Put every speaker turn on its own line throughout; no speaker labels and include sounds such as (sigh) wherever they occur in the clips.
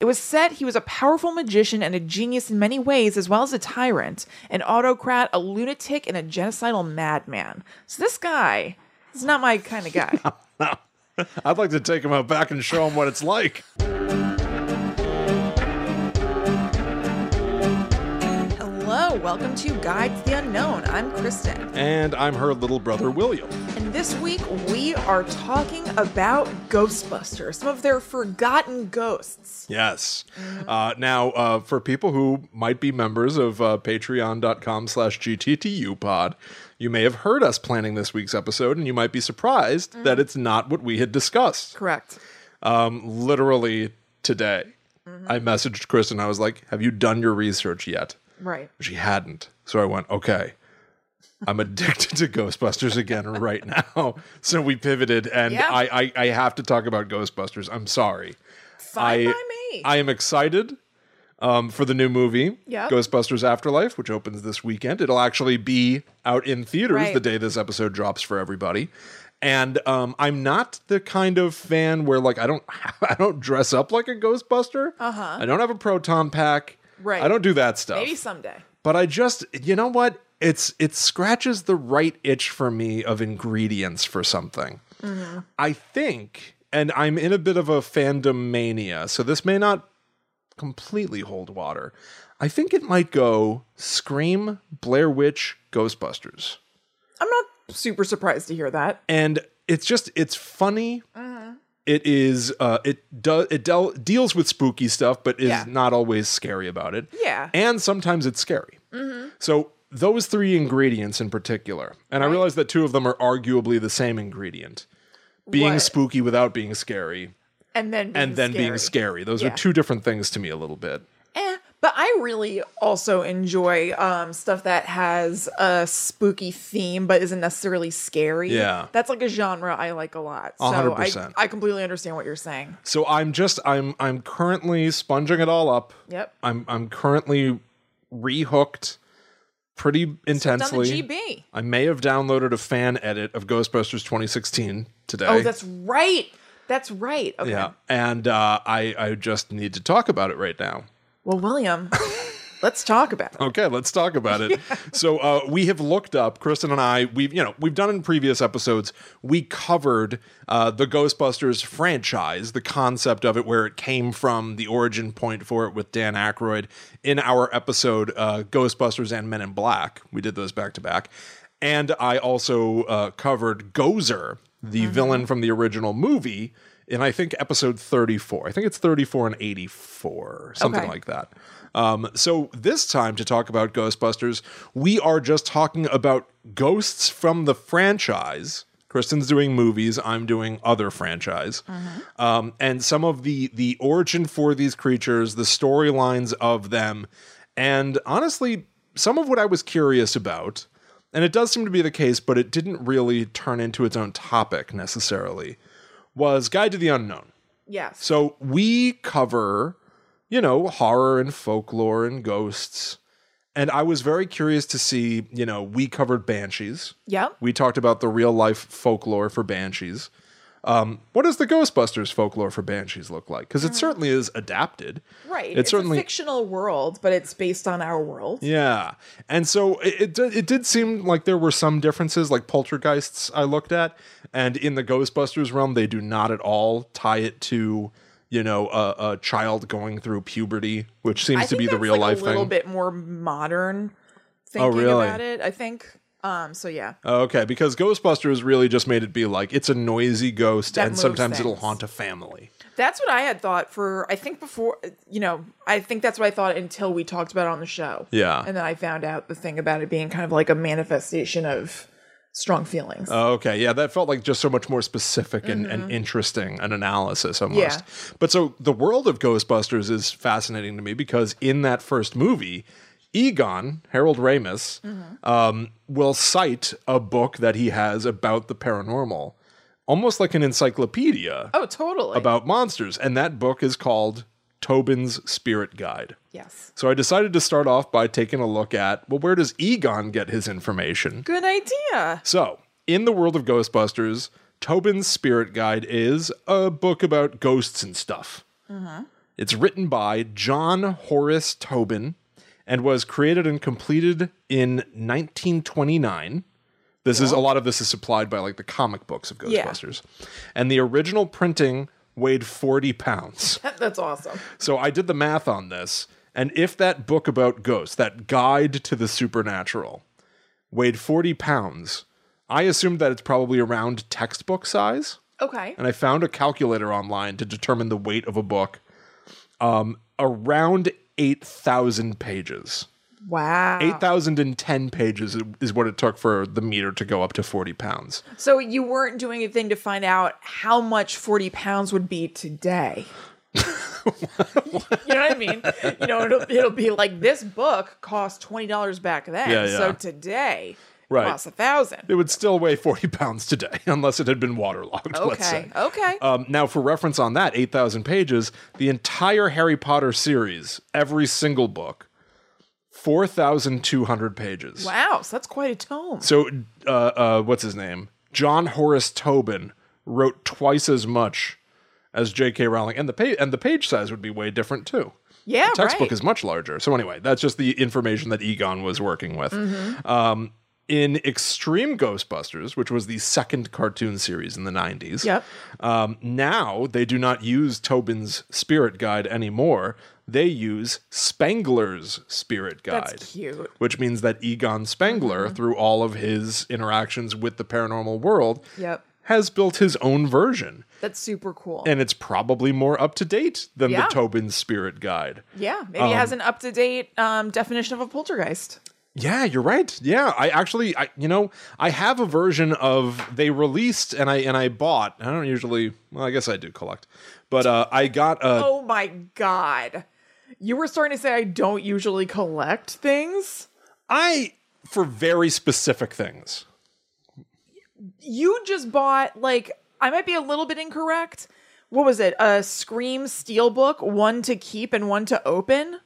It was said he was a powerful magician and a genius in many ways, as well as a tyrant, an autocrat, a lunatic, and a genocidal madman. So this guy is not my kind of
(laughs)
guy.
I'd like to take him out back and show him what it's like.
Hello, welcome to Guide to the Unknown. I'm Kristen,
And I'm her little brother, William.
and this week we are talking about Ghostbusters, some of their forgotten ghosts.
Yes. Uh, now, uh, for people who might be members of uh, patreon.com slash gttupod, you may have heard us planning this week's episode, and you might be surprised that it's not what we had discussed.
Correct.
Um, literally today, I messaged Chris and I was like, have you done your research yet?
Right.
She hadn't. So I went, okay, I'm addicted to Ghostbusters
(laughs)
again right now. So we pivoted, and
Yeah.
I, I I have to talk about Ghostbusters. I'm sorry.
Fine
I
by me.
I am excited um, for the new movie,
Yep.
Ghostbusters Afterlife, which opens this weekend. It'll actually be out in theaters
Right.
the day this episode drops for everybody. And um, I'm not the kind of fan where like I don't (laughs) I don't dress up like a Ghostbuster. Uh-huh. I don't have a proton pack.
Right.
I don't do that stuff
Maybe someday.
but I just you know what it's it scratches the right itch for me of ingredients for something. I think and I'm in a bit of a fandom mania, so this may not completely hold water. I think it might go Scream, Blair Witch, Ghostbusters.
I'm not super surprised to hear that.
And it's just it's funny. It is uh it does it del- deals with spooky stuff but is
Yeah.
not always scary about it.
Yeah.
And sometimes it's scary. So those three ingredients in particular, and I realize that two of them are arguably the same ingredient: being
What?
spooky without being scary,
And then being
and then
scary.
being scary. Those
Yeah.
are two different things to me a little bit.
Eh, but I really also enjoy um, stuff that has a spooky theme but isn't necessarily scary.
Yeah.
That's like a genre I like a lot. So
hundred
I,
percent.
I completely understand what you're saying.
So I'm just I'm I'm currently sponging it all up.
Yep.
I'm I'm currently rehooked pretty
Done the
intensely.
GB.
I may have downloaded a fan edit of Ghostbusters 2016 today.
Oh, that's right. That's right. Okay.
yeah, and uh, I I just need to talk about it right now.
Well,
(laughs)
William, let's talk about it.
Okay, let's talk about it. So uh, we have looked up Kristen and I. We've you know we've done in previous episodes. We covered uh, the Ghostbusters franchise, the concept of it, where it came from, the origin point for it with Dan Aykroyd in our episode uh, Ghostbusters and Men in Black. We did those back to back, and I also uh, covered Gozer, the villain from the original movie. In I think episode 34. I think it's 34 and 84, something
Okay.
like that. Um, so this time to talk about Ghostbusters, we are just talking about ghosts from the franchise. Kristen's doing movies, I'm doing other franchise, um, and some of the the origin for these creatures, the storylines of them, and honestly, some of what I was curious about. And it does seem to be the case, but it didn't really turn into its own topic necessarily. Was Guide to the Unknown.
Yes.
So we cover, you know, horror and folklore and ghosts. And I was very curious to see, you know, we covered banshees.
Yep.
We talked about the real life folklore for banshees. Um, what does the Ghostbusters folklore for banshees look like? Because it certainly is adapted.
Um, Right.
It
It's,
certainly
a fictional world, but it's based on our world.
yeah, and so it it, did- it did seem like there were some differences, like poltergeists. I looked at, and in the Ghostbusters realm, they do not at all tie it to you know a, a child going through puberty, which
I
seems to
think
be the
that's,
real
like,
life
a little
thing. Oh,
bit more modern thinking
really?
about it, I think. Um, so yeah.
okay, because Ghostbusters really just made it be like it's a noisy ghost,
That
and
moves
sometimes it'll
things.
haunt a family.
That's what I had thought for I think before you know, I think that's what I thought until we talked about it on the show.
Yeah.
And then I found out the thing about it being kind of like a manifestation of strong feelings.
Okay, yeah, that felt like just so much more specific and, and interesting an analysis almost. But so the world of Ghostbusters is fascinating to me because in that first movie, Egon, Harold Ramis, um, will cite a book that he has about the paranormal, almost like an encyclopedia
oh, totally.
about monsters. And that book is called Tobin's Spirit Guide.
yes.
So I decided to start off by taking a look at well, where does Egon get his information?
Good idea. (laughs)
So, in the world of Ghostbusters, Tobin's Spirit Guide is a book about ghosts and stuff. It's written by John Horace Tobin and was created and completed in 1929. This is a lot of this is supplied by like the comic books of
Yeah.
Ghostbusters. And the original printing weighed 40 pounds.
That's awesome.
So I did the math on this, and if that book about ghosts, that guide to the supernatural, weighed 40 pounds, I assumed that it's probably around textbook size,
Okay.
and I found a calculator online to determine the weight of a book um, around 8,000 pages.
Wow.
8,010 pages is what it took for the meter to go up to 40 pounds.
so you weren't doing a thing to find out how much 40 pounds would be today. you know what I mean? You know, it'll, it'll be like this book cost $20 back then.
Yeah, yeah.
So today
Right.
costs a thousand.
It would still weigh 40 (laughs) pounds today, unless it had been waterlogged, let's say.
Okay. Okay.
Um, now, for reference on that, 8,000 pages, the entire Harry Potter series, every single book, 4,200 pages.
wow. So that's quite a tome.
So, uh, uh, what's his name? John Horace Tobin wrote twice as much as J.K. Rowling, and the page and the page size would be way different too.
yeah.
The textbook
right.
is much larger. So anyway, that's just the information that Egon was working with.
Mm-hmm.
Um, in Extreme Ghostbusters, which was the second cartoon series in the 90s,
Yep.
um, now they do not use Tobin's spirit guide anymore. They use Spengler's spirit guide.
That's cute. Mm-hmm.
Which means that Egon Spengler, through all of his interactions with the paranormal world,
Yep.
has built his own version.
That's super cool.
And it's probably more up to date than
Yeah.
the Tobin spirit guide.
yeah. Maybe it has an up to date um, definition of a poltergeist.
Yeah, you're right. Yeah, I actually, I you know, I have a version of they released and I and I bought. I don't usually. Well, I guess I do collect, but uh, I got a.
Oh my God. You were starting to say I don't usually collect things.
I for very specific things.
you just bought like I might be a little bit incorrect. What was it? A Scream Steelbook, one to keep and one to open.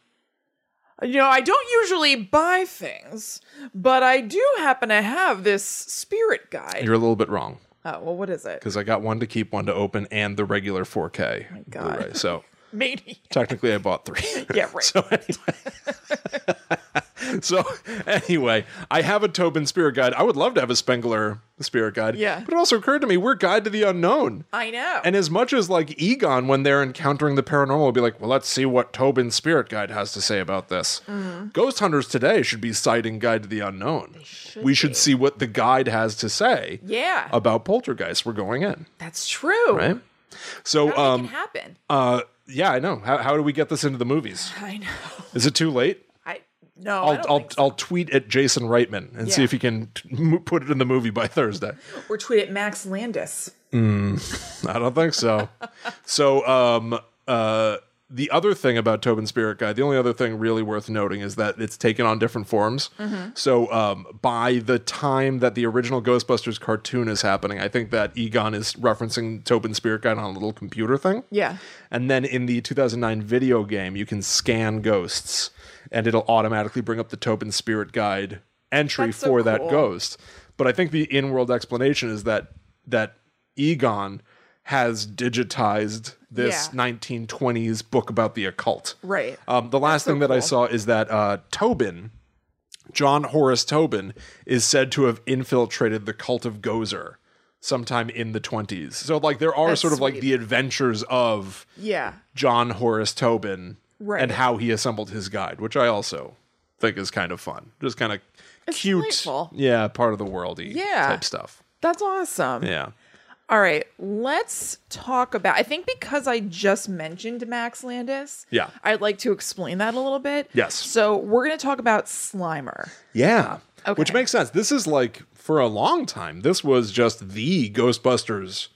You know, I don't usually buy things, but I do happen to have this spirit guide.
You're a little bit wrong
Oh, well, what is it?
because I got one to keep, one to open, and the regular 4K
Oh God.
Blu-ray. So
Maniac.
technically, I bought three.
(laughs)
(laughs)
Yeah, right.
So anyway, so anyway, I have a Tobin spirit guide. I would love to have a Spengler spirit guide.
Yeah.
but it also occurred to me we're guide to the unknown.
I know.
And as much as like Egon, when they're encountering the paranormal, will be like, well, let's see what Tobin's spirit guide has to say about this.
Mm-hmm.
Ghost hunters today should be citing Guide to the Unknown. we should see what the guide has to say
yeah,
about poltergeists we're going in,
that's true.
right?
How
So,
did it
um,
happen?
uh, yeah, I know. How, how do we get this into the movies?
(laughs) I know.
Is it too late?
I no. I
I'll
don't
I'll,
think so.
I'll tweet at Jason Reitman and see
Yeah.
if he can t- mo- put it in the movie by (laughs) Thursday.
Or tweet at Max Landis.
I don't think so. so, um, uh, the other thing about Tobin Spirit Guide, the only other thing really worth noting is that it's taken on different forms. So, um, by the time that the original Ghostbusters cartoon is happening, I think that Egon is referencing Tobin Spirit Guide on a little computer thing.
Yeah.
And then in the 2009 video game, you can scan ghosts and it'll automatically bring up the Tobin Spirit Guide entry
That's so
for that
cool.
ghost. But I think the in-world explanation is that that Egon has digitized this
Yeah.
1920s book about the occult.
Right.
Um, the last thing that I
cool.
saw is that uh, Tobin, John Horace Tobin, is said to have infiltrated the cult of Gozer sometime in the 20s. So, like, there are
That's
sort of like
sweet.
the adventures of
Yeah.
John Horace Tobin
Right.
and how he assembled his guide, which I also think is kind of fun. Just kind of cute.
delightful.
Yeah, part of the worldy
Yeah.
type stuff.
That's awesome.
Yeah.
All right, let's talk about. I think because I just mentioned Max Landis,
Yeah.
I'd like to explain that a little bit.
Yes.
So we're going to talk about Slimer.
Yeah.
Okay.
Which makes sense. This is like for a long time, this was just the Ghostbusters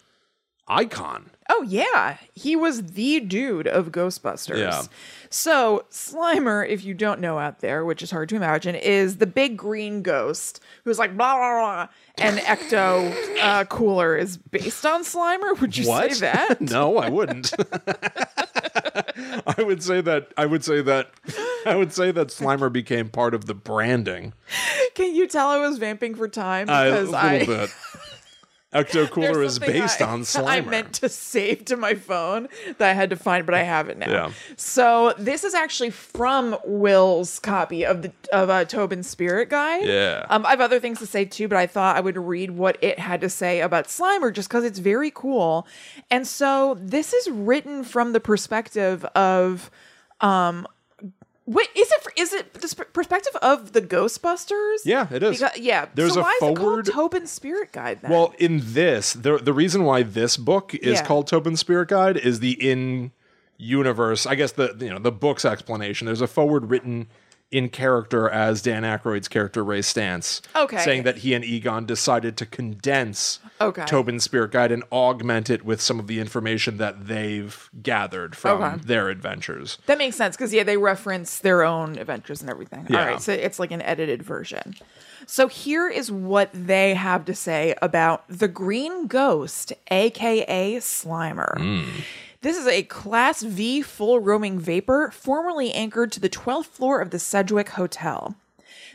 icon.
Oh yeah, he was the dude of Ghostbusters.
Yeah.
So Slimer, if you don't know out there, which is hard to imagine, is the big green ghost who's like blah blah blah, and Ecto uh, Cooler is based on Slimer. (laughs) Would you say that?
(laughs) no, I wouldn't. I would say that I would say that I would say that Slimer became part of the branding.
Can you tell I was vamping for time
I-
because
a little
I
bit. Ecto
(laughs)
Cooler
There's
is
something (laughs)
based
I-
on
I
Slimer.
meant to save to my phone that I had to find, but I have it now.
Yeah.
So this is actually from Will's copy of the of uh, Tobin Spirit Guide.
Yeah.
Um, I have other things to say too, but I thought I would read what it had to say about Slimer just because it's very cool. And so this is written from the perspective of. Um, Wait, is it is it the sp- perspective of the Ghostbusters?
Yeah, it is.
Because, yeah.
There's
so
a
why
forward-
is it called Tobin Spirit Guide then?
Well, in this, the the reason why this book is
Yeah.
called Tobin Spirit Guide is the in universe, I guess the you know, the book's explanation. There's a forward written in character as Dan Aykroyd's character Ray Stance.
Okay.
Saying that he and Egon decided to condense
Okay.
Tobin's Spirit Guide and augment it with some of the information that they've gathered from
Okay.
their adventures.
That makes sense because yeah, they reference their own adventures and everything.
Yeah.
All right, so it's like an edited version. So here is what they have to say about the Green Ghost, aka Slimer. This is a Class V full roaming vapor, formerly anchored to the 12th floor of the Sedgwick Hotel.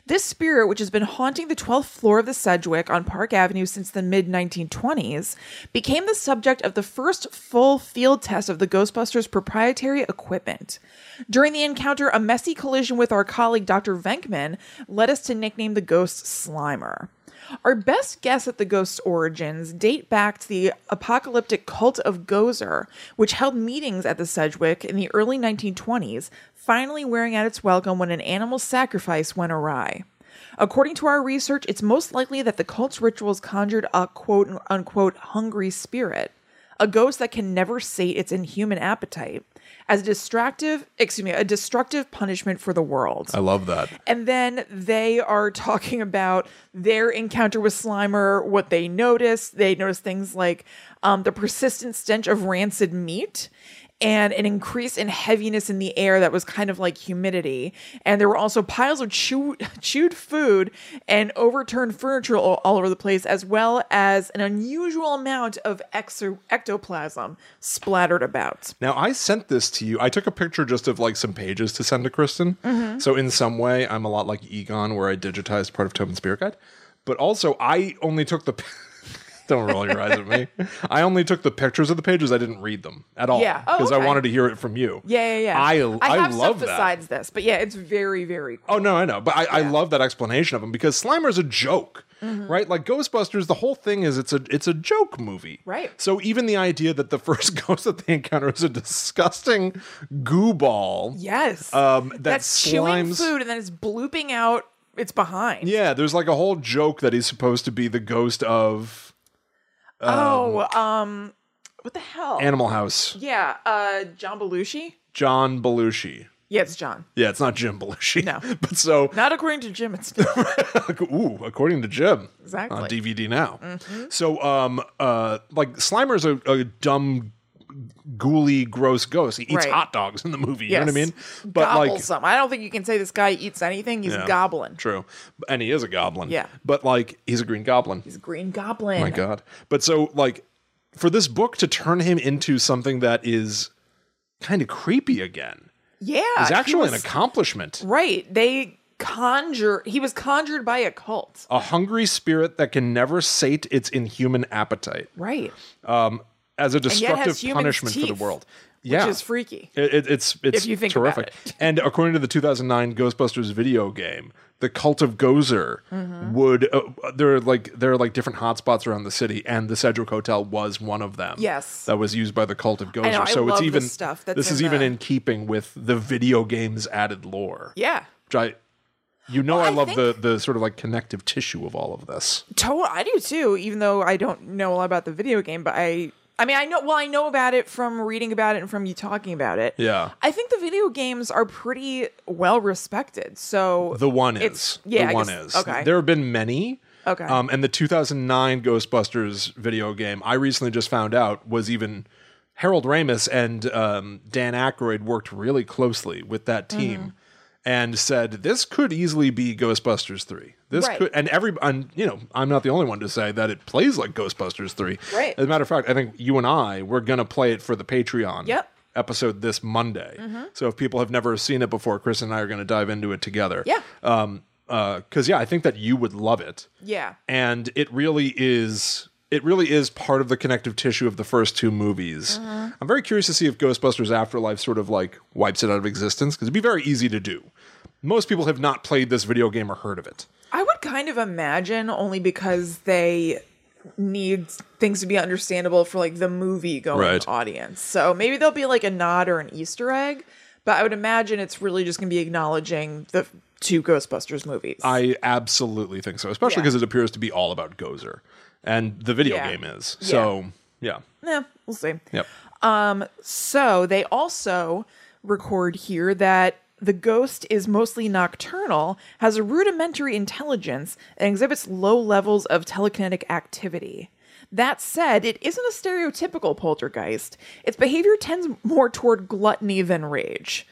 This spirit, which has been haunting the 12th floor of the Sedgwick on Park Avenue since the mid 1920s, became the subject of the first full field test of the Ghostbusters' proprietary equipment. During the encounter, a messy collision with our colleague Dr. Venkman led us to nickname the ghost Slimer. Our best guess at the ghost's origins date back to the apocalyptic cult of Gozer, which held meetings at the Sedgwick in the early 1920s, finally wearing out its welcome when an animal sacrifice went awry. According to our research, it's most likely that the cult's rituals conjured a quote unquote hungry spirit, a ghost that can never sate its inhuman appetite, as a distractive, excuse me, a destructive punishment for the world.
I love that.
And then they are talking about their encounter with Slimer, what they noticed. They noticed things like um, the persistent stench of rancid meat and an increase in heaviness in the air that was kind of like humidity. And there were also piles of chew- (laughs) chewed food and overturned furniture all, all over the place, as well as an unusual amount of exo- ectoplasm splattered about.
Now I sent this to you. I took a picture just of like some pages to send to Kristen.
Mm-hmm.
So in some way, I'm a lot like Egon, where I digitized part of Tobin's Spirit Guide. But also, I only took the. (laughs) Don't roll your eyes
(laughs)
at me. I only took the pictures of the pages. I didn't read them at all.
Yeah. Oh,
Because I
okay.
wanted to hear it from you.
Yeah, yeah, yeah.
I, I,
have
love
stuff
that.
besides this, but yeah, it's very, very cool.
Oh no, I know, but I, I love that explanation of him because Slimer's a joke,
Mm-hmm.
right? Like Ghostbusters, the whole thing is it's a it's a joke movie,
Right.
So even the idea that the (laughs) first ghost that they encounter is a disgusting goo ball,
Yes.
um, that
that's chewing
slimes.
food and then it's blooping out its behind.
Yeah, there's like a whole joke that he's supposed to be the ghost of
oh, um, what the hell?
Animal House,
yeah, uh, John Belushi.
John Belushi.
Yeah, it's John.
Yeah, it's not Jim Belushi.
No.
(laughs) but so
Not according to Jim. It's (laughs) not.
Ooh, according to Jim.
Exactly. Mm-hmm.
On DVD now. So, um, uh, like Slimer's a, a dumb, ghouly, gross ghost. He eats
Right.
hot dogs in the movie. You know what I
Yes.
mean? But
Gobble
like,
some. I don't think you can say this guy eats anything. He's
Yeah.
goblin.
true. And he is a goblin.
Yeah.
But like, he's a green goblin.
He's a green goblin.
My God. But so, like, for this book to turn him into something that is kind of creepy again
Yeah,
is
he
actually
was-
an accomplishment.
right. They conjure. He was conjured by a cult.
A hungry spirit that can never sate its inhuman appetite.
Right.
um, as a
yet has
destructive
human
punishment for
teeth,
the world. Yeah,
Which is freaky.
It, it- it's it's
if you think about
terrific. And according to the 2009 Ghostbusters video game, the cult of Gozer
Mm-hmm.
would uh, there are like there are like different hotspots around the city, and the Sedgwick Hotel was one of them.
Yes.
that was used by the cult of Gozer.
know, I
so
love
it's
the
even
stuff that's
this
in
is even
the-
in keeping with the video game's added lore.
Yeah.
which I. You know, I,
I
love
think-
the the sort of like connective tissue of all of this.
To- I do too, even though I don't know a lot about the video game, but I I mean I know well I know about it from reading about it and from you talking about it.
Yeah.
I think the video games are pretty well respected. So
The one is.
It's- yeah,
the
I
one
guess-
is.
okay.
There have been many.
Okay.
Um, and the 2009 Ghostbusters video game, I recently just found out, was even Harold Ramis and um, Dan Aykroyd worked really closely with that
Mm-hmm.
team. And said this could easily be Ghostbusters three. This
Right.
could, and every, and you know, I'm not the only one to say that it plays like Ghostbusters three.
Right.
As a matter of fact, I think you and I we're gonna play it for the Patreon
Yep.
episode this Monday.
Mm-hmm.
So if people have never seen it before, Chris and I are going to dive into it together.
Yeah.
Um. Uh. Because yeah, I think that you would love it,
yeah.
and it really is it really is part of the connective tissue of the first two movies.
Mm-hmm.
I'm very curious to see if Ghostbusters Afterlife sort of like wipes it out of existence because it'd be very easy to do. Most people have not played this video game or heard of it.
I would kind of imagine only because they need things to be understandable for like the movie going
Right.
audience. So maybe there'll be like a nod or an Easter egg, but I would imagine it's really just going to be acknowledging the f- two Ghostbusters movies.
I absolutely think so, especially
Yeah.
because it appears to be all about Gozer, and the video
Yeah.
game is. So yeah,
Eh, we'll see.
yep.
So they also record here that the ghost is mostly nocturnal, has a rudimentary intelligence, and exhibits low levels of telekinetic activity. That said, it isn't a stereotypical poltergeist. Its behavior tends more toward gluttony than rage.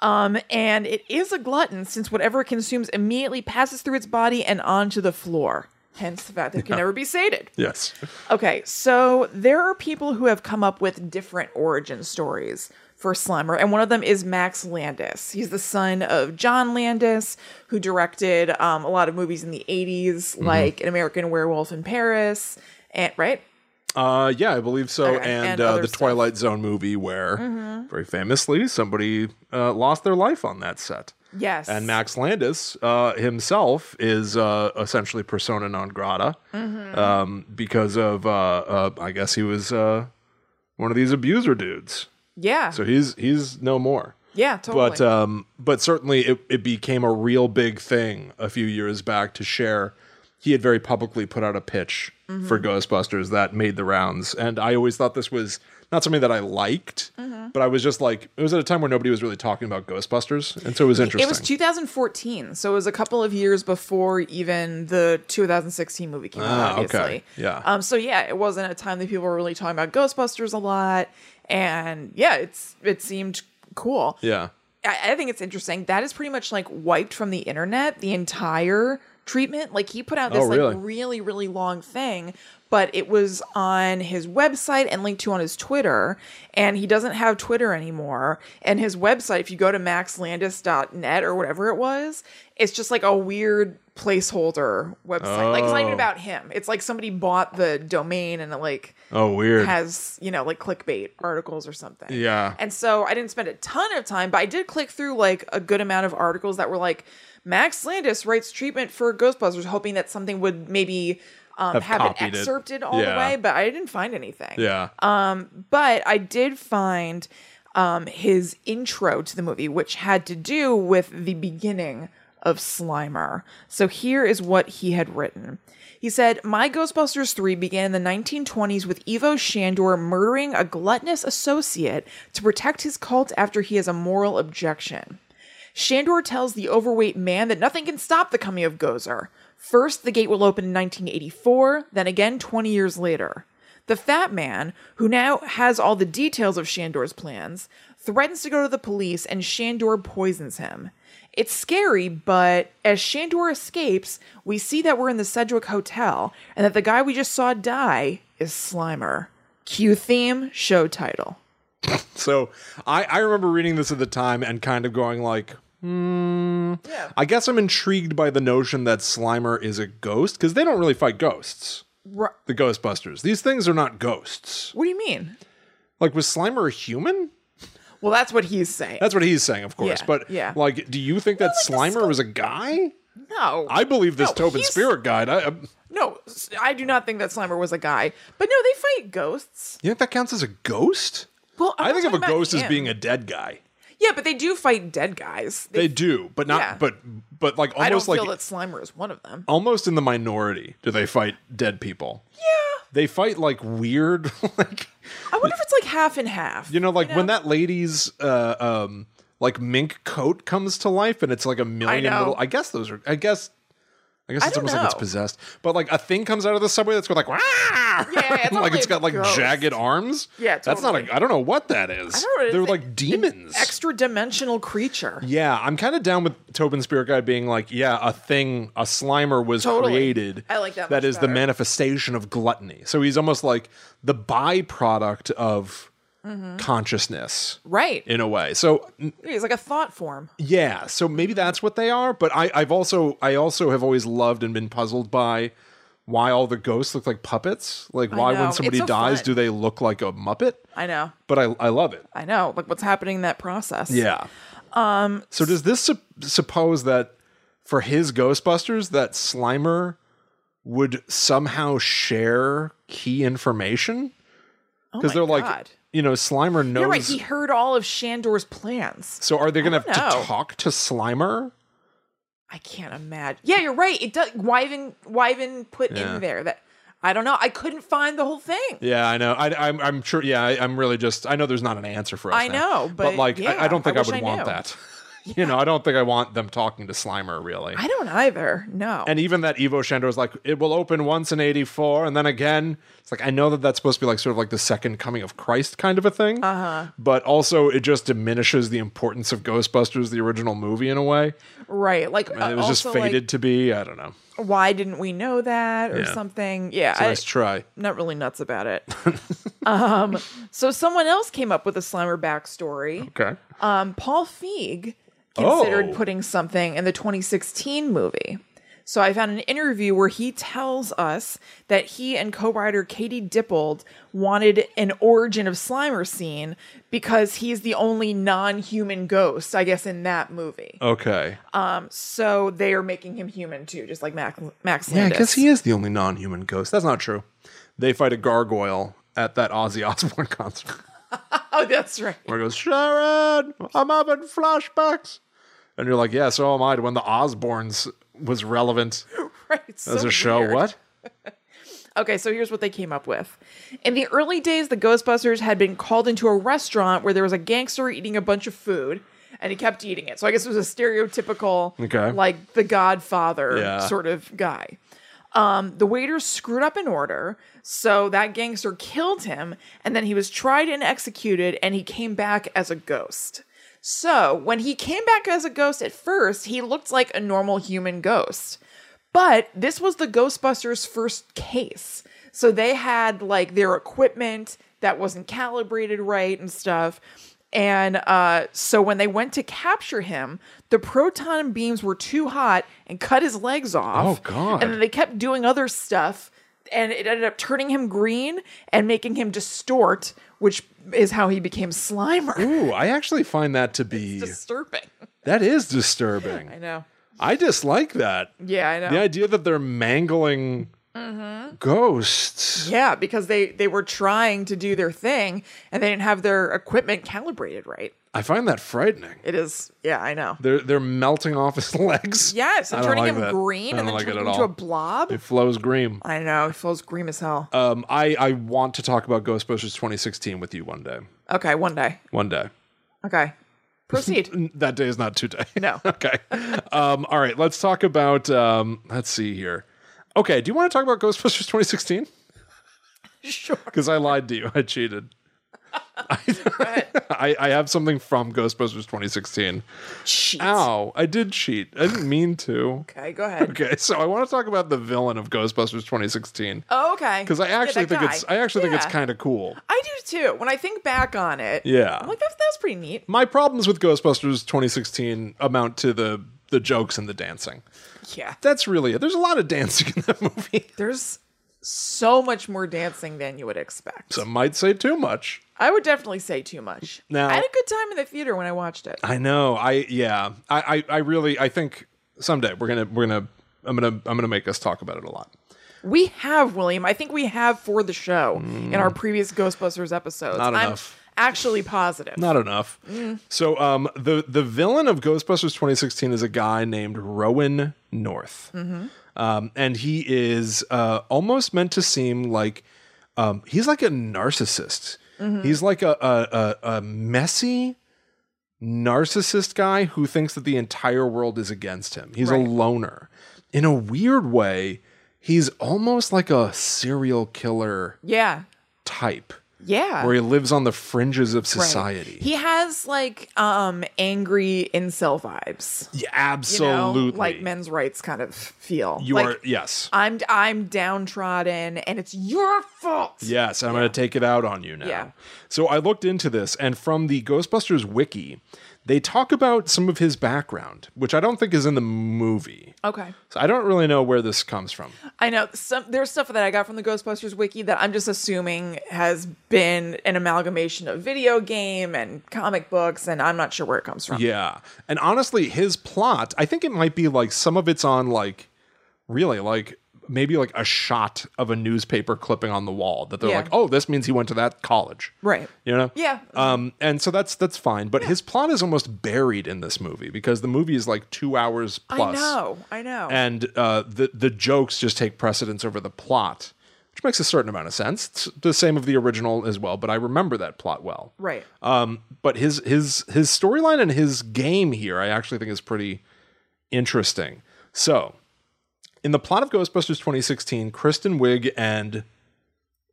Um, and it is a glutton since whatever it consumes immediately passes through its body and onto the floor. Hence the fact that it can never be sated.
Yes.
Okay, so there are people who have come up with different origin stories for Slimer, and one of them is Max Landis. He's the son of John Landis, who directed um, a lot of movies in the 80s,
Mm-hmm.
like An American Werewolf in Paris, and right?
Uh, yeah, I believe so.
Okay,
And,
and
uh,
other
the
stuff. Mm-hmm.
Twilight Zone movie, where very famously somebody uh, lost their life on that set.
Yes.
And Max Landis uh, himself is uh, essentially persona non grata
Mm-hmm.
um, because of, uh, uh, I guess he was uh, one of these abuser dudes.
Yeah.
So he's he's no more.
yeah, totally.
But um, but certainly it, it became a real big thing a few years back to share. He had very publicly put out a pitch for Ghostbusters that made the rounds, and I always thought this was not something that I liked, but I was just like it was at a time where nobody was really talking about Ghostbusters, and so it was interesting.
it was 2014, so it was a couple of years before even the 2016 movie came out.
Ah,
Obviously,
okay. Yeah.
Um. So yeah, it wasn't a time that people were really talking about Ghostbusters a lot, and yeah, it's it seemed cool.
yeah,
I, I think it's interesting. That is pretty much like wiped from the internet the entire treatment. Like he put out this
Oh, really?
like really, really long thing, but it was on his website and linked to on his Twitter. And he doesn't have Twitter anymore. And his website, if you go to maxlandis.net or whatever it was, it's just like a weird placeholder website. Like it's not even
Oh.
about him. It's like somebody bought the domain and like
oh weird.
has you know like clickbait articles or something
Yeah.
and so i didn't spend a ton of time but i did click through like a good amount of articles that were like max landis writes treatment for ghostbusters hoping that something would maybe um,
Have
have, it
copied it.
excerpted all the
Yeah.
way but i didn't find anything
yeah,
but I did find um, his intro to the movie, which had to do with the beginning of Slimer. So here is what he had written. He said, My Ghostbusters 3 began in the 1920s with Ivo Shandor murdering a gluttonous associate to protect his cult after he has a moral objection. Shandor tells the overweight man that nothing can stop the coming of Gozer. First, the gate will open in 1984, then again 20 years later. The fat man, who now has all the details of Shandor's plans, threatens to go to the police and Shandor poisons him. It's scary, but as Shandor escapes, we see that we're in the Sedgwick Hotel and that the guy we just saw die is Slimer. Cue theme, show title.
so I I remember reading this at the time and kind of going like. hmm,
Yeah.
I guess I'm intrigued by the notion that Slimer is a ghost because they don't really fight ghosts. the Ghostbusters. These things are not ghosts.
what do you mean?
Like, was Slimer a human?
Well, that's what he's saying.
That's what he's saying, of course.
Yeah,
but
yeah.
like, do you think that
like, the
Slimer was a guy?
No.
I believe this
No,
Tobin
he's-
Spirit guide. I, um, I, you
No, s- I do not think that Slimer was a guy. But no, they fight ghosts.
think that counts as a ghost?
Well, I'm
I
not
think of a
talking about
ghost as
him.
being a dead guy.
Yeah, but they do fight dead guys. They,
They do, but not.
Yeah.
But but like
I don't
almost
feel
like
that Slimer is one of them.
almost in the minority do they fight dead people.
Yeah.
They fight like weird, (laughs) like
I wonder if it's like half and half.
you know, like when
know?
that lady's uh, um like mink coat comes to life, and it's like a million
know.
little. I guess those are. I guess. I guess it's
don't
almost like it's
know.
possessed, but like a thing comes out of the subway that's going like, yeah,
it's
(laughs)
not
like
really
it's
a
got like
ghost.
jagged arms.
Yeah,
that's not.
totally.
A, I don't know what that is.
don't know, it's
They're
like
like demons.
Extra dimensional creature.
yeah, I'm kind of down with Tobin Spirit Guy being like, yeah, a thing, a Slimer was
Totally.
created.
I like that
That
much
is the
better.
manifestation of gluttony. So he's almost like the byproduct of
Mm-hmm.
consciousness
Right.
in a way. So n-
It's like a thought form.
yeah, so maybe that's what they are. But I, I've also I also have always loved and been puzzled by why all the ghosts look like puppets. Like
I
why
know.
when
It's
somebody
so
dies
fun.
do they look like a muppet?
I know.
But I I love it.
I know. Like what's happening in that process.
Yeah. Um so does this sup- suppose that for his Ghostbusters that Slimer would somehow share key information?
Oh
Because
my
they're like,
God.
you know, Slimer knows.
You're right. He heard all of Shandor's plans.
so are they going to have
don't know.
to talk to Slimer?
I can't imagine. Yeah, you're right. It does. Why even? Why even put
Yeah.
in there that? I don't know. I couldn't find the whole thing.
Yeah, I know. I, I'm, I'm sure. Yeah, I, I'm really just. I know there's not an answer for us.
I
now.
know, but
like, I, I
yeah,
don't think
I
I,
wish
would
I
want
knew. (laughs)
that. (laughs) you know, I don't think I want them talking to Slimer really.
I don't either. No.
and even that Evo Shando is like, it will open once in '84, and then again. It's like I know that that's supposed to be like sort of like the second coming of Christ kind of a thing.
Uh-huh.
Uh huh. But also, it just diminishes the importance of Ghostbusters, the original movie, in a way.
right. Uh, Like
And it was just fated to be. I don't know.
why didn't we know that or
Yeah.
something? Yeah. I-
Nice try.
not really nuts about
(laughs)
it. um, so someone else came up with a Slimer backstory.
Okay.
Um, Paul Feig considered
Oh.
putting something in the 2016 movie. So I found an interview where he tells us that he and co-writer Katie Dippold wanted an origin of Slimer scene because he's the only non-human ghost, I guess, in that movie.
Okay.
So they are making him human too, just like Max, Max
Yeah, I
Landis.
guess he is the only non-human ghost. That's not true. They fight a gargoyle at that Ozzy (laughs) Osbourne concert.
Oh, that's right. (laughs)
Where it goes, Sharon, I'm having flashbacks. And you're like, yeah, so am I. To when the Osbournes was relevant
Right. It's (laughs) so
as a show,
weird.
what?
Okay, so here's what they came up with. In the early days, the Ghostbusters had been called into a restaurant where there was a gangster eating a bunch of food and he kept eating it. So I guess it was a stereotypical,
Okay.
like the Godfather
Yeah.
sort of guy. Um, the waiter screwed up an order, so that gangster killed him, and then he was tried and executed, and he came back as a ghost. So when he came back as a ghost at first, he looked like a normal human ghost. But this was the Ghostbusters' first case. So they had like their equipment that wasn't calibrated right and stuff. And uh, so when they went to capture him, the proton beams were too hot and cut his legs off.
Oh, God.
And then they kept doing other stuff, and it ended up turning him green and making him distort, which is how he became Slimer.
Ooh, I actually find that to
(laughs)
be,
Disturbing.
that is disturbing.
I know.
I dislike that.
Yeah, Mm-hmm. I know.
The idea that they're mangling ghosts.
Yeah, because they they were trying to do their thing and they didn't have their equipment calibrated right.
I find that frightening.
It is, yeah, I know.
They're, they're melting off his (laughs) legs.
Yes, and
I don't
turning
like
him
that. I
green
don't
and then
like it
turning
at
him into
all.
a blob.
It flows green.
I know. It feels green as hell.
Um, I, I want to talk about Ghostbusters 2016 with you one day.
okay, one day.
One day.
Okay,
(laughs)
proceed.
N- That day is not today. (laughs)
No.
okay. Um, all right. Let's talk about. Um, let's see here. Okay. Do you want to talk about
(laughs)
Ghostbusters 2016?
sure.
Because I lied to you. I cheated. I,
ahead.
(laughs) I, I have something from Ghostbusters 2016.
Cheat.
Ow. I did cheat. I didn't mean to.
Okay, go ahead.
Okay. So I want to talk about the villain of Ghostbusters 2016.
Oh, okay.
(laughs) Because I actually think it's I actually think it's kind of cool.
I do too. When I think back on it,
Yeah.
I'm like that's that's pretty neat.
my problems with Ghostbusters 2016 amount to the the jokes and the dancing.
Yeah,
That's really it. There's a lot of dancing in that (laughs) movie.
there's so much more dancing than you would expect.
Some might say too much.
I would definitely say too much.
Now-
I had a good time in the theater when I watched it.
I know. I yeah. I I, I really I think someday we're gonna we're gonna I'm gonna I'm gonna make us talk about it a lot.
We have William. I think we have for the show in our previous Ghostbusters episodes.
Mm. Not
I'm
enough.
actually positive.
Not enough. So um the the villain of Ghostbusters 2016 is a guy named Rowan North. Um, and he is uh, almost meant to seem like um, he's like a narcissist. He's like a, a, a, a messy narcissist guy who thinks that the entire world is against him. He's a
Right.
loner. In a weird way, he's almost like a serial killer
yeah.
type
Yeah.
where he lives on the fringes of
Right.
society.
He has like um angry incel vibes.
Yeah,
You know?
absolutely.
Like men's rights kind of feel.
You
like,
are yes.
I'm I'm downtrodden and it's your fault.
Yes, I'm going to take it out on you now.
Yeah.
So I looked into this, and from the Ghostbusters wiki, They talk about some of his background, which I don't think is in the movie.
Okay.
So I don't really know where this comes from.
I know some there's stuff that I got from the Ghostbusters wiki that I'm just assuming has been an amalgamation of video game and comic books, and I'm not sure where it comes from.
Yeah. And honestly, his plot, I think it might be like some of it's on like really like maybe like a shot of a newspaper clipping on the wall that they're
Yeah.
like, "Oh, this means he went to that college."
Right.
You know?
Yeah.
Um and so that's that's fine, but his plot is almost buried in this movie because the movie is like 2 hours plus.
I know. Oh. I know.
And uh the the jokes just take precedence over the plot. Which makes a certain amount of sense. It's the same of the original as well, but I remember that plot well.
right.
Um, but his his his storyline and his game here, I actually think is pretty interesting. So, in the plot of Ghostbusters 2016, Kristen Wiig and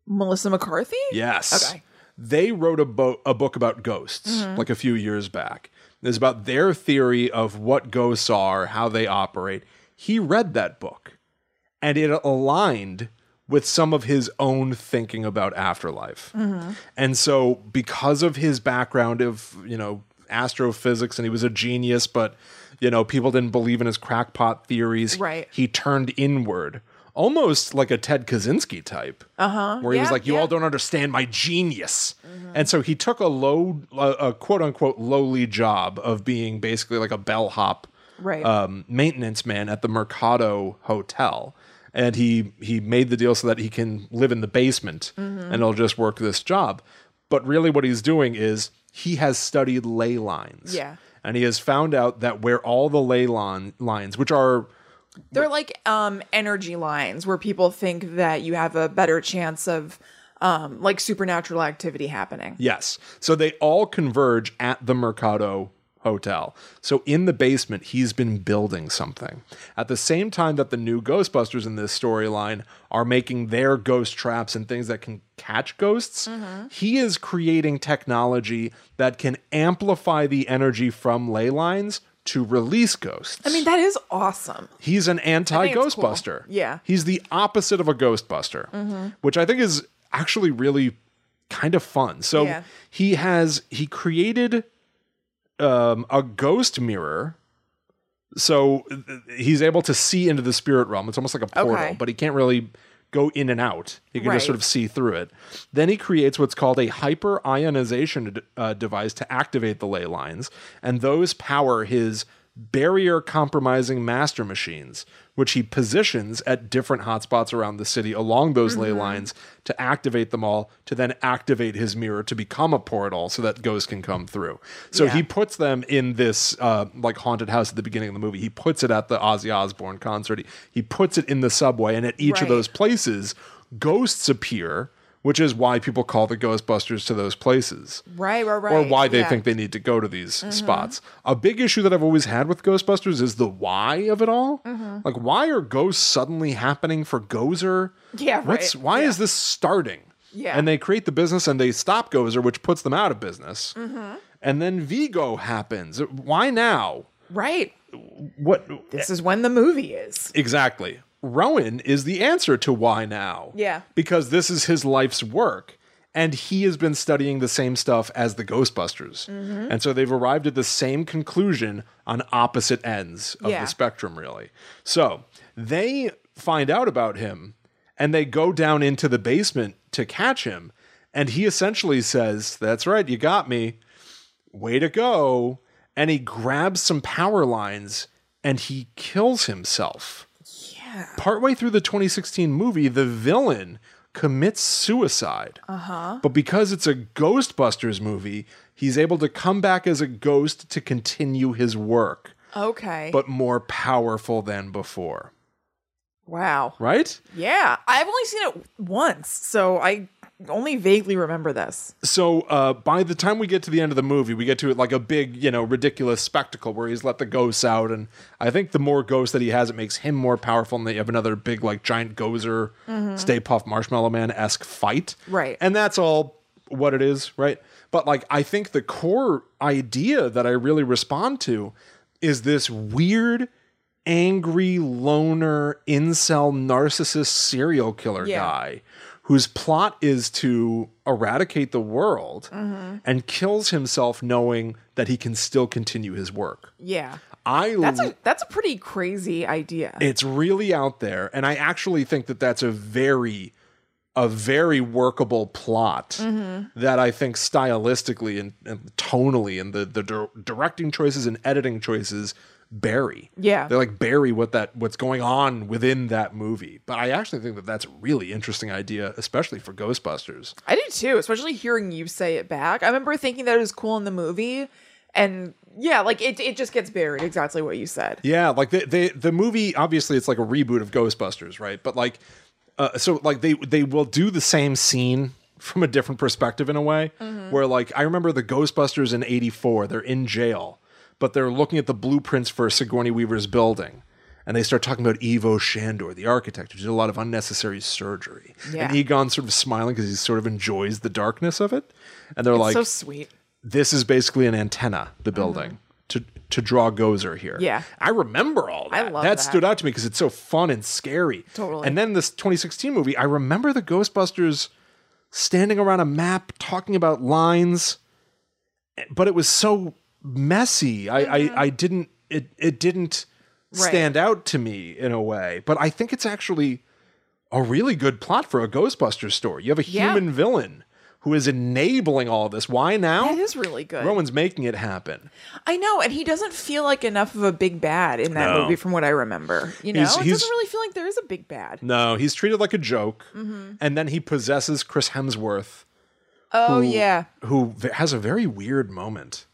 Melissa McCarthy?
yes,
Okay. Mm-hmm.
they wrote a, bo- a book about ghosts like a few years back. It's about their theory of what ghosts are, how they operate. He read that book, and it aligned with some of his own thinking about afterlife.
Mm-hmm.
And so because of his background of, you know, astrophysics and he was a genius, but you know, people didn't believe in his crackpot theories.
Right.
He turned inward. Almost like a Ted Kaczynski type, uh-huh. where he was
Yeah,
like, "You
yeah.
all don't understand my genius," and so he took a low, a, a quote unquote lowly job of being basically like a bellhop,
Right.
um, maintenance man at the Mercado Hotel, and he he made the deal so that he can live in the basement
Mm-hmm.
and it'll just work this job. But really, what he's doing is he has studied ley lines,
Yeah.
and he has found out that where all the ley lon- lines, which are
They're like um energy lines where people think that you have a better chance of um like supernatural activity happening.
Yes. So they all converge at the Mercado Hotel. So in the basement, he's been building something. At the same time that the new Ghostbusters in this storyline are making their ghost traps and things that can catch ghosts, he is creating technology that can amplify the energy from ley lines to release ghosts.
I mean, that is awesome.
He's an anti
think it's cool.
Ghostbuster.
Yeah. Mm-hmm.
He's the opposite of a Ghostbuster, which I think is actually really kind of fun. So
Yeah.
he has, he created um, a ghost mirror. So uh, he's able to see into the spirit realm. It's almost like a portal,
Okay.
but he can't really go in and out. He can
Right.
just sort of see through it. Then he creates what's called a hyper ionization uh, device to activate the ley lines, and those power his barrier compromising master machines, which he positions at different hotspots around the city along those
Mm-hmm.
ley lines to activate them all, to then activate his mirror to become a portal so that ghosts can come through. So
Yeah.
he puts them in this uh, like haunted house at the beginning of the movie. He puts it at the Ozzy Osbourne concert. He, he puts it in the subway, and at each of
Right.
those places, ghosts appear, which is why people call the Ghostbusters to those places.
Right, right, right.
Or why they
Yeah. Mm-hmm.
think they need to go to these spots. A big issue that I've always had with Ghostbusters is the why of it all.
Mm-hmm.
Like, why are ghosts suddenly happening for Gozer?
Yeah,
What's,
right.
Why is this starting?
Yeah.
And they create the business and they stop Gozer, which puts them out of business.
Mm-hmm.
And then Vigo happens. Why now?
Right.
What?
This is when the movie is.
Exactly. Rowan is the answer to why now.
Yeah.
Because this is his life's work. And he has been studying the same stuff as the Ghostbusters. And so they've arrived at the same conclusion on opposite ends of
Yeah.
the spectrum, really. So they find out about him and they go down into the basement to catch him. And he essentially says, That's right, you got me way to go. And he grabs some power lines and he kills himself.
Yeah.
Partway through the 2016 movie, the villain commits suicide. Uh-huh. But because it's a Ghostbusters movie, he's able to come back as a ghost to continue his work,
Okay.
but more powerful than before.
wow.
Right?
Yeah. I've only seen it once, so I only vaguely remember this.
so uh, by the time we get to the end of the movie, we get to like a big, you know, ridiculous spectacle where he's let the ghosts out, and I think the more ghosts that he has, it makes him more powerful. And they have another big, like, giant gozer, Stay Puff Marshmallow Man esque fight,
Right.
And that's all what it is, right? But like, I think the core idea that I really respond to is this weird, angry loner incel narcissist serial killer
Yeah.
guy guy whose
Mm-hmm.
plot is to eradicate the world and kills himself knowing that he can still continue his work.
Yeah.
I
That's a that's a pretty crazy idea.
it's really out there and i actually think that that's a very a very workable plot that i think stylistically and, and tonally and the the dir- directing choices and editing choices bury
Yeah.
they like bury what that what's going on within that movie but i actually think that that's a really interesting idea especially for ghostbusters
I do too, especially hearing you say it back. I remember thinking that it was cool in the movie and yeah, like it it just gets buried exactly what you said.
Yeah, like the they, the movie obviously it's like a reboot of Ghostbusters, right? But like uh, so like they they will do the same scene from a different perspective in a way
Mm-hmm.
where like I remember the Ghostbusters in 84, they're in jail, but they're looking at the blueprints for Sigourney Weaver's building. And they start talking about Ivo Shandor, the architect, who did a lot of unnecessary surgery.
Yeah.
And Egon's sort of smiling because he sort of enjoys the darkness of it. And they're like,
so sweet.
this is basically an antenna, the building, to to draw Gozer here.
Mm-hmm. Yeah.
I remember all that.
love
that.
that.
stood out to me because it's so fun and scary.
Totally.
And then this 2016 movie, I remember the Ghostbusters standing around a map talking about lines, but it was so messy. I I, I didn't it it didn't
Mm-hmm. Right.
stand out to me in a way. But I think it's actually a really good plot for a Ghostbusters story. You have a
Yeah.
human villain who is enabling all this. Why now?
That is really good.
Rowan's making it happen.
I know, and he doesn't feel like enough of a big bad in that
No.
movie from what I remember. You know,
He's-
it
he's-
doesn't really feel like there is a big bad.
No, he's treated like a joke, and then he possesses Chris Hemsworth,
Oh yeah.
who v- has a very weird moment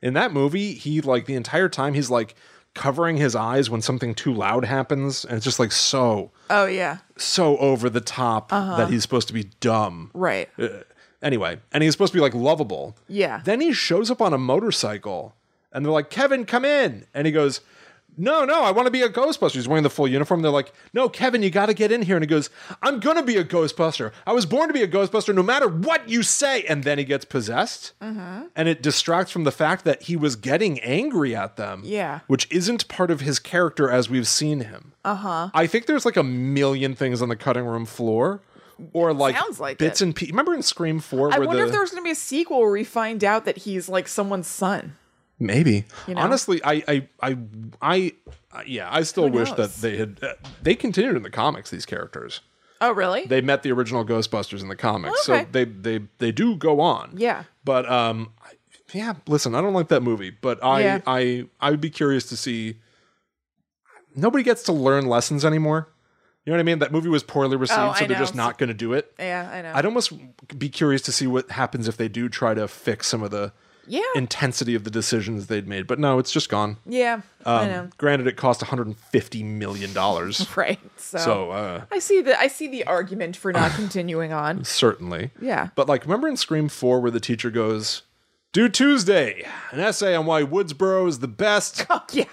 in that movie. He like the entire time he's like covering his eyes when something too loud happens, and it's just like so
Oh yeah.
so over the top that he's supposed to be dumb.
Right.
Uh, anyway, and he's supposed to be like lovable.
Yeah.
Then he shows up on a motorcycle and they're like, Kevin, come in. And he goes, No, no, I want to be a Ghostbuster. He's wearing the full uniform. They're like, No, Kevin, you got to get in here. And he goes, I'm going to be a Ghostbuster. I was born to be a Ghostbuster no matter what you say. And then he gets possessed.
Uh-huh.
And it distracts from the fact that he was getting angry at them.
Yeah.
Which isn't part of his character as we've seen him. Uh
Uh-huh.
huh. I think there's like a million things on the cutting room floor. Or like,
Sounds like
bits
it.
and pieces. Remember in Scream 4
I
where
wonder
the,
if there's going to be a sequel where we find out that he's like someone's son.
Maybe.
know?
Honestly, I, I, I, I, I- yeah, I still wish that
knows?
they had. Uh, they continued in the comics. These characters.
Oh, really?
They met the original Ghostbusters in the comics,
Oh, Okay.
so they they they do go on.
Yeah.
But um, I- yeah. Listen, I don't like that movie, but I
Yeah.
I I would be curious to see. Nobody gets to learn lessons anymore. You know what I mean? That movie was poorly received,
Oh,
so
I
they're
know.
just not going to do it.
yeah, I know.
I'd almost be curious to see what happens if they do try to fix some of the
yeah,
intensity of the decisions they'd made. But no, it's just gone.
yeah, I know.
Um, granted, it cost 150 million dollars.
Right. So,
so uh,
I see the I see the argument for not continuing
(laughs)
on. (laughs)
certainly,
Yeah.
But like, remember in Scream Four where the teacher goes, "Do Tuesday, an essay on why Woodsboro is
(laughs)
the best,"
Oh, yeah,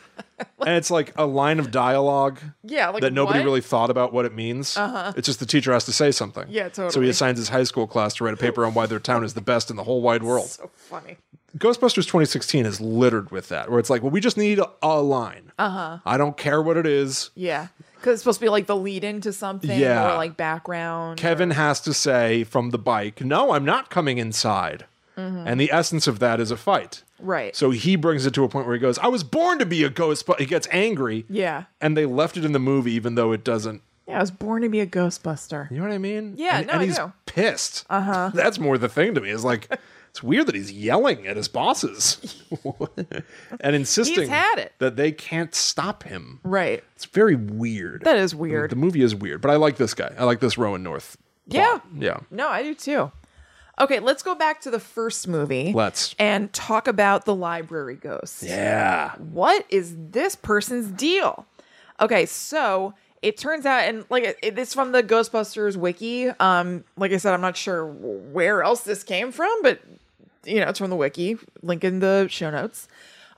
and it's like a line of dialogue.
yeah. Like
That nobody
what?
really thought about what it means. Uh-huh. It's just the teacher has to say something.
Yeah,
So
totally.
he assigns his high school class to write a paper on why their town is the best in the whole wide world.
So funny.
Ghostbusters 2016 is littered with that, where it's like, well, we just need a, a line. Uh
Uh-huh.
huh. I don't care what it is.
Yeah, because it's supposed to be like the lead into something.
Yeah.
Or like background.
Kevin has to say from the bike, no, I'm not coming inside.
Mm-hmm.
And the essence of that is a fight.
right.
So he brings it to a point where he goes, I was born to be a ghost, but he gets angry.
yeah.
And they left it in the movie, even though it doesn't.
Yeah, I was born to be a Ghostbuster.
You know what I mean?
Yeah,
and,
no,
and
I Uh-huh.
he's
do.
pissed. Uh huh. (laughs) That's more the thing to me.
(laughs)
Is like, it's weird that he's yelling at his bosses (laughs) and insisting
had it.
that they can't stop him.
Right.
It's very weird.
That is
The-
weird.
The movie is weird, but I like this guy. I like this Rowan North.
Yeah.
Yeah.
No, I do too. Okay, let's go back to the first movie.
Let's.
and talk about the library ghost.
Yeah.
what is this person's deal? Okay, so it turns out, and like it, it's from the Ghostbusters wiki. Um, like I said, I'm not sure where else this came from, but you know, it's from the wiki. Link in the show notes.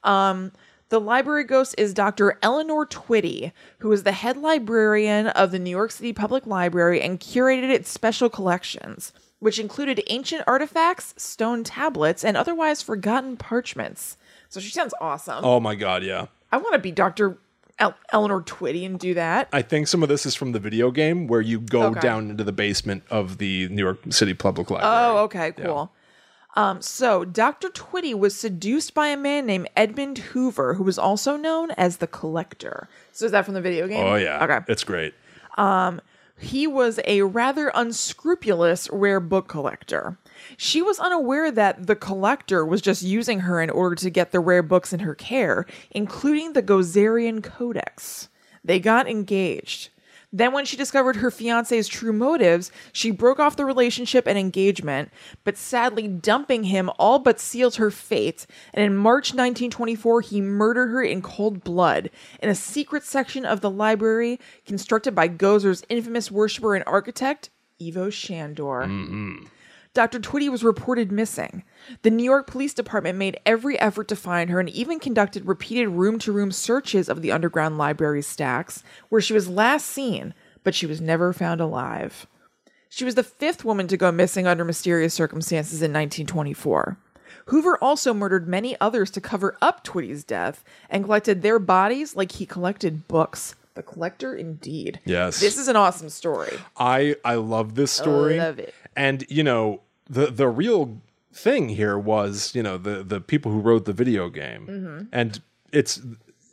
Um, the library ghost is Dr. Eleanor Twitty, who is the head librarian of the New York City Public Library and curated its special collections, which included ancient artifacts, stone tablets, and otherwise forgotten parchments. So she sounds awesome.
Oh my god, yeah.
I want to be Dr. El- Eleanor Twitty and do that.
I think some of this is from the video game where you go
Okay.
down into the basement of the New York City Public Library.
Oh, okay, Oh, cool. Um, so Dr. Twitty was seduced by a man named Edmund Hoover, who was also known as the Collector. So is that from the video game?
Oh yeah.
Okay.
It's great.
He was a rather unscrupulous rare book collector. She was unaware that the collector was just using her in order to get the rare books in her care, including the Gozerian Codex. They got engaged. Then, when she discovered her fiance's true motives, she broke off the relationship and engagement, but sadly, dumping him all but sealed her fate. And in March 1924, he murdered her in cold blood in a secret section of the library constructed by Gozer's infamous worshiper and architect, Ivo Shandor. Dr. Twitty was reported missing. The New York Police Department made every effort to find her and even conducted repeated room to room searches of the underground library stacks where she was last seen, but she was never found alive. She was the fifth woman to go missing under mysterious circumstances in 1924. Hoover also murdered many others to cover up Twitty's death and collected their bodies like he collected books. The collector, indeed.
Yes.
This is an awesome story.
I I love this story.
love it.
And you know, the the real thing here was, you know, the the people who wrote the video game.
Mm-hmm.
And it's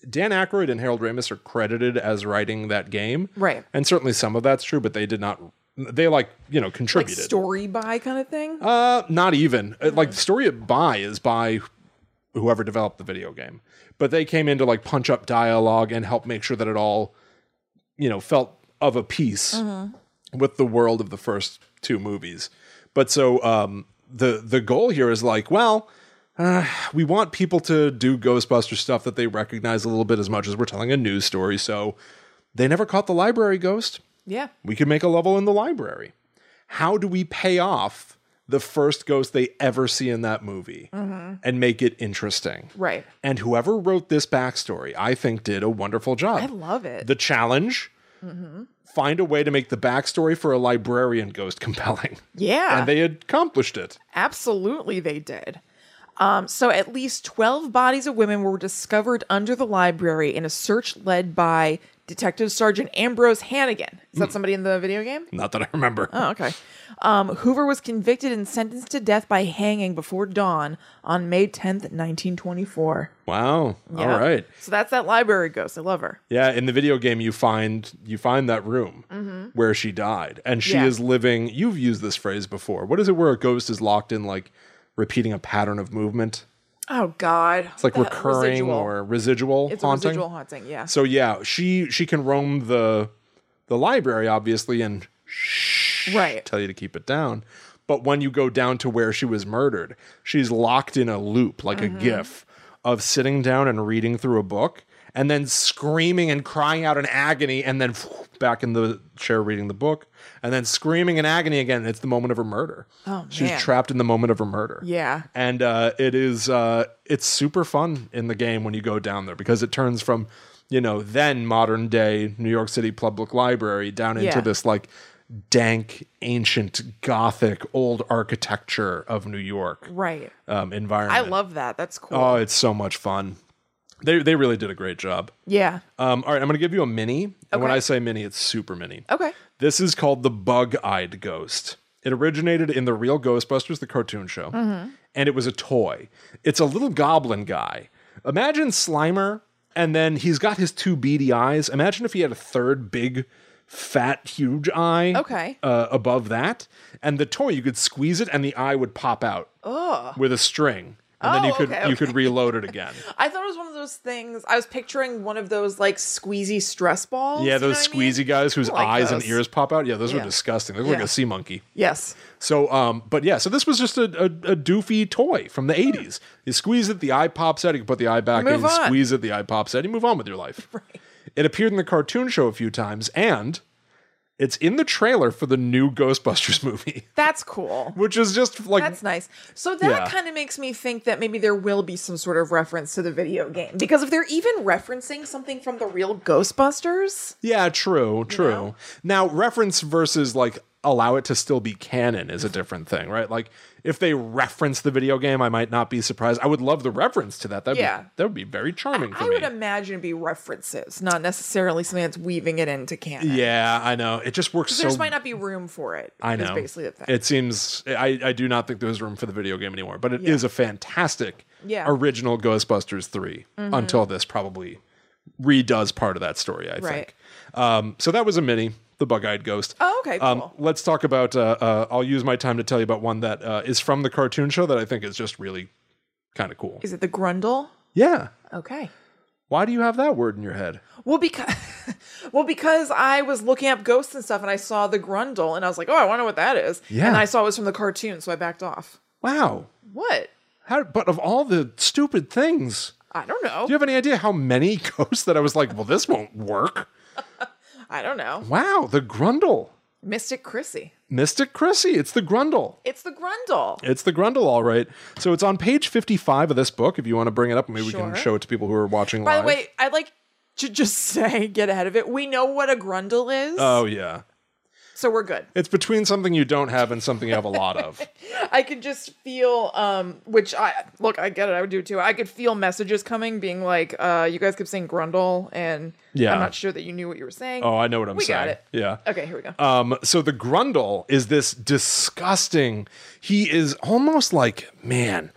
Dan Aykroyd and Harold Ramis are credited as writing that game.
Right.
And certainly some of that's true, but they did not they like, you know,
Like
contributed.
story by kind of thing.
Uh, not even. Uh, Like the story of Buy is by whoever developed the video game, but they came in to like punch up dialogue and help make sure that it all, you know, felt of a piece with the world of the first two movies. But so um, the the goal here is like, well. Uh, we want people to do Ghostbuster stuff that they recognize a little bit as much as we're telling a news story. So they never caught the library ghost.
yeah.
We could make a level in the library. How do we pay off the first ghost they ever see in that movie
Mm-hmm.
and make it interesting?
Right.
And whoever wrote this backstory, I think, did a wonderful job.
I love it. Mm-hmm.
the challenge find a way to make the backstory for a librarian ghost (laughs) compelling.
yeah.
And they accomplished it.
Absolutely, they did. Um, so, at least 12 bodies of women were discovered under the library in a search led by Detective Sergeant Ambrose Hannigan. Is
Hmm.
that somebody in the video game?
Not that I remember.
Oh, okay. Um, Hoover was convicted and sentenced to death by hanging before dawn on May 10th, 1924.
Wow.
Yeah.
All right.
So, that's that library ghost. I love her.
Yeah, in the video game, you find you find that room where she died, and she
Mm-hmm. Yeah.
is living. You've used this phrase before. What is it where a ghost is locked in, like repeating a pattern of movement?
Oh, God.
It's like recurring or residual
It's a
haunting.
residual haunting, yeah.
So yeah, she she can roam the the library obviously and
Right.
tell you to keep it down. But when you go down to where she was murdered, she's locked in a loop like
Mm-hmm.
a gif of sitting down and reading through a book and then screaming and crying out in agony and then (sniffs) back in the chair reading the book and then screaming in agony again. It's the moment of her murder. Oh, she's
man.
trapped in the moment of her murder
Yeah.
and uh, it is uh, it's super fun in the game when you go down there because it turns from you know then modern day New York City Public Library down into
Yeah.
this like dank ancient gothic old architecture of New York
Right.
um, environment.
I love that. That's cool.
Oh, it's so much fun. They they really did a great job.
yeah.
Um, all right, I'm going to give you a mini. And when
Okay.
I say mini, it's super mini.
Okay.
This is called the Bug Eyed Ghost. It originated in the real Ghostbusters, the cartoon show,
Mm-hmm.
and it was a toy. It's a little goblin guy. Imagine Slimer, and then he's got his two beady eyes. Imagine if he had a third big, fat, huge eye
Okay.
uh, above that, and the toy you could squeeze it, and the eye would pop out with a string, and then
Oh,
you could
okay,
you could reload
(laughs)
it again.
I thought it was one of those things. I was picturing one of those like squeezy stress balls.
yeah,
you know
those
what I mean?
squeezy guys whose
I like
eyes and
those.
ears pop out. Yeah, those
Yeah.
were disgusting. They look like
Yeah.
a sea monkey.
Yes.
So, um, but yeah, so this was just a, a, a doofy toy from the 80s. You squeeze it, the eye pops out, you can put the eye back in,
Move
you
on.
squeeze it, the eye pops out, you move on with
(laughs)
your life. It appeared in the cartoon show a few times, and it's in the trailer for the new Ghostbusters (laughs) movie,
That's cool.
which is just like,
That's nice. So that
Yeah.
kind of makes me think that maybe there will be some sort of reference to the video game because if they're even referencing something from the real Ghostbusters,
yeah, true, true. Now, reference versus like allow it to still be
(laughs)
canon is a different thing, right? Like if they reference the video game, I might not be surprised. I would love the reference to that. That
Yeah.
be, that would be very charming for
I
me.
would imagine it'd be references, not necessarily something that's weaving it into canon.
yeah, I know. It just works
there
so
just might not be room for it.
I
is
know.
basically the thing.
It seems I, I do not think there's room for the video game anymore, but it is a fantastic
Yeah. Mm-hmm.
original Ghostbusters 3 until this probably redoes part of that story, I
Right.
think. Um, so that was a mini, the bug-eyed ghost.
Oh, okay,
Um,
cool.
let's talk about. Uh, uh, I'll use my time to tell you about one that uh, is from the cartoon show that I think is just really kind of cool.
Is it the Grundle?
yeah.
Okay.
Why do you have that word in your head?
Well, because (laughs) well, because I was looking up ghosts and stuff, and I saw the Grundle, and I was like, "Oh, I wonder what that is."
Yeah.
And I saw it was from the cartoon, so I backed off.
Wow.
What?
How, but of all the stupid things,
I don't know.
do you have any idea how many (laughs) ghosts that I was like, well, this won't work?
I don't know.
Wow, the Grundle.
Mystic Chrissy.
Mystic Chrissy, it's the Grundle.
It's the Grundle.
It's the Grundle, all right. So it's on page 55 of this book. If you want to bring it up, maybe we
Sure.
can show it to people who are watching
By
live.
the way, I'd like to just (laughs) say, get ahead of it. We know what a Grundle is,
oh, yeah.
so we're good.
It's between something you don't have and something you have a
(laughs)
lot of.
I could just feel, um, which I look, I get it, I would do too. I could feel messages coming, being like, uh, "You guys kept saying Grundle," and
Yeah.
I'm not sure that you knew what you were saying.
Oh, I know what I'm
We
saying.
got it.
Yeah.
Okay, here we go.
Um, so the Grundle is this disgusting. He is almost like man.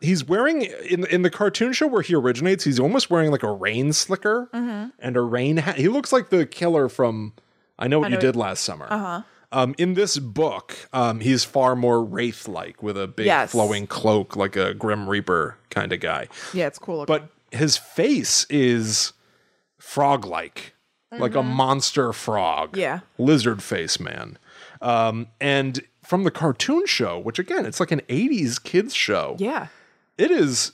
He's wearing in in the cartoon show where he originates. He's almost wearing like a rain slicker and a rain hat. He looks like the killer from I Know What You Did Last Summer. Uh-huh. Um, in this book, um, he's far more wraith like with a big
Yes.
flowing cloak, like a Grim Reaper kind of guy
yeah, it's cool. looking.
but his face is frog like, like a monster frog.
Yeah.
Lizard face man. Um, and from the cartoon show, which again, it's like an 80s kids show,
yeah,
it is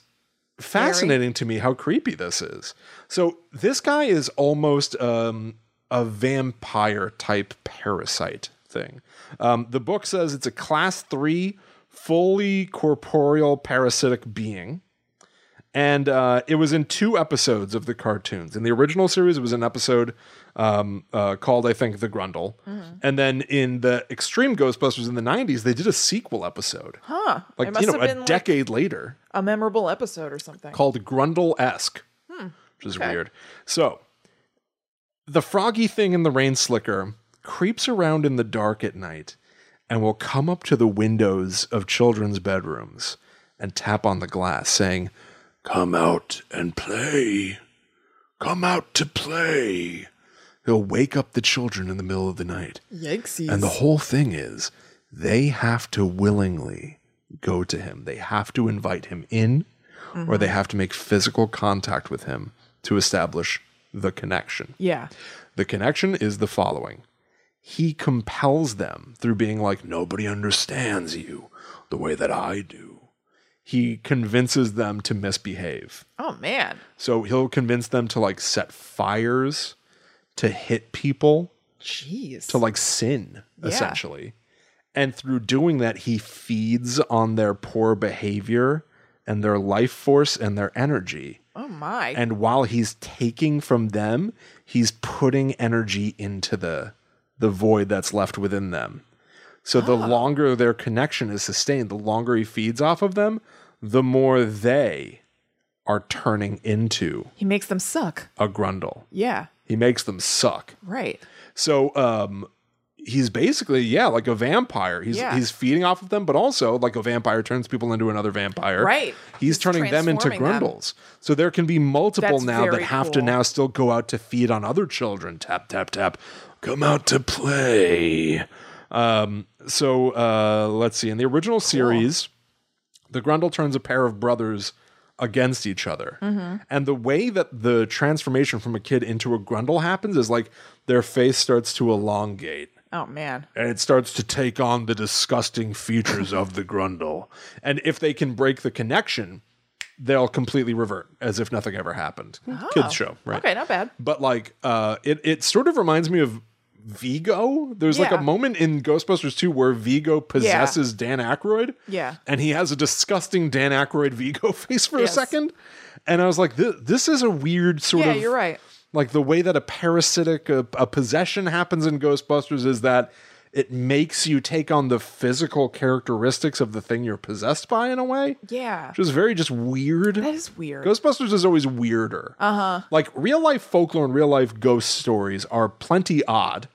fascinating to me how creepy this is. So this guy is almost um, a vampire type parasite thing. Um, the book says it's a class three, fully corporeal parasitic being. And uh, it was in two episodes of the cartoons. In the original series, it was an episode um, uh, called, I think, The Grundle.
Mm-hmm.
And then in the Extreme Ghostbusters in the 90s, they did a sequel episode. Huh. Like,
It must
you know,
have been,
a
like,
decade later
a memorable episode or something.
called Grundle esque, which is
okay.
weird. So, the froggy thing in the rain slicker creeps around in the dark at night and will come up to the windows of children's bedrooms and tap on the glass, saying, Come out and play. Come out to play. He'll wake up the children in the middle of the night.
Yikesies.
And the whole thing is they have to willingly go to him. They have to invite him in or they have to make physical contact with him to establish the connection.
yeah,
The connection is the following He compels them through being like, nobody understands you the way that I do. He convinces them to misbehave.
oh man,
So he'll convince them to like set fires, to hit people
jeez.
to like sin essentially and through doing that he feeds on their poor behavior and their life force and their energy
oh my,
and while he's taking from them he's putting energy into the the void that's left within them so the longer their connection is sustained the longer he feeds off of them the more they are turning into
he makes them suck.
a grundle
Yeah,
he makes them suck
right.
so um he's basically yeah, like a vampire. He's
Yeah.
he's feeding off of them, but also like a vampire turns people into another vampire.
Right.
He's, turning them into
transforming them.
grundles. So there can be multiple
That's
now that
very
have to
cool.
now still go out to feed on other children. Tap tap tap. Come out to play. Um so uh let's see in the original series the Grundle turns a pair of brothers against each other.
Mm-hmm.
And the way that the transformation from a kid into a Grundle happens is like their face starts to elongate
Oh man,
and it starts to take on the disgusting features of the Grundle. And if they can break the connection, they'll completely revert as if nothing ever happened. Kids show, right?
Ah. okay, not bad.
But like uh it it sort of reminds me of Vigo. There's like
Yeah.
a moment in Ghostbusters 2 where Vigo possesses Dan Aykroyd.
Yeah.
And he has a disgusting Dan Aykroyd Vigo (laughs) face for
Yes.
a second. And I was like, this, this is a weird sort
Yeah,
of
you're right.
like the way that a parasitic a, a possession happens in ghostbusters is that it makes you take on the physical characteristics of the thing you're possessed by in a way,
Yeah.
which is very just
(laughs)
weird.
That is weird.
Ghostbusters is always weirder. Uh
Uh-huh.
huh. Like real life folklore and real life ghost stories are plenty odd.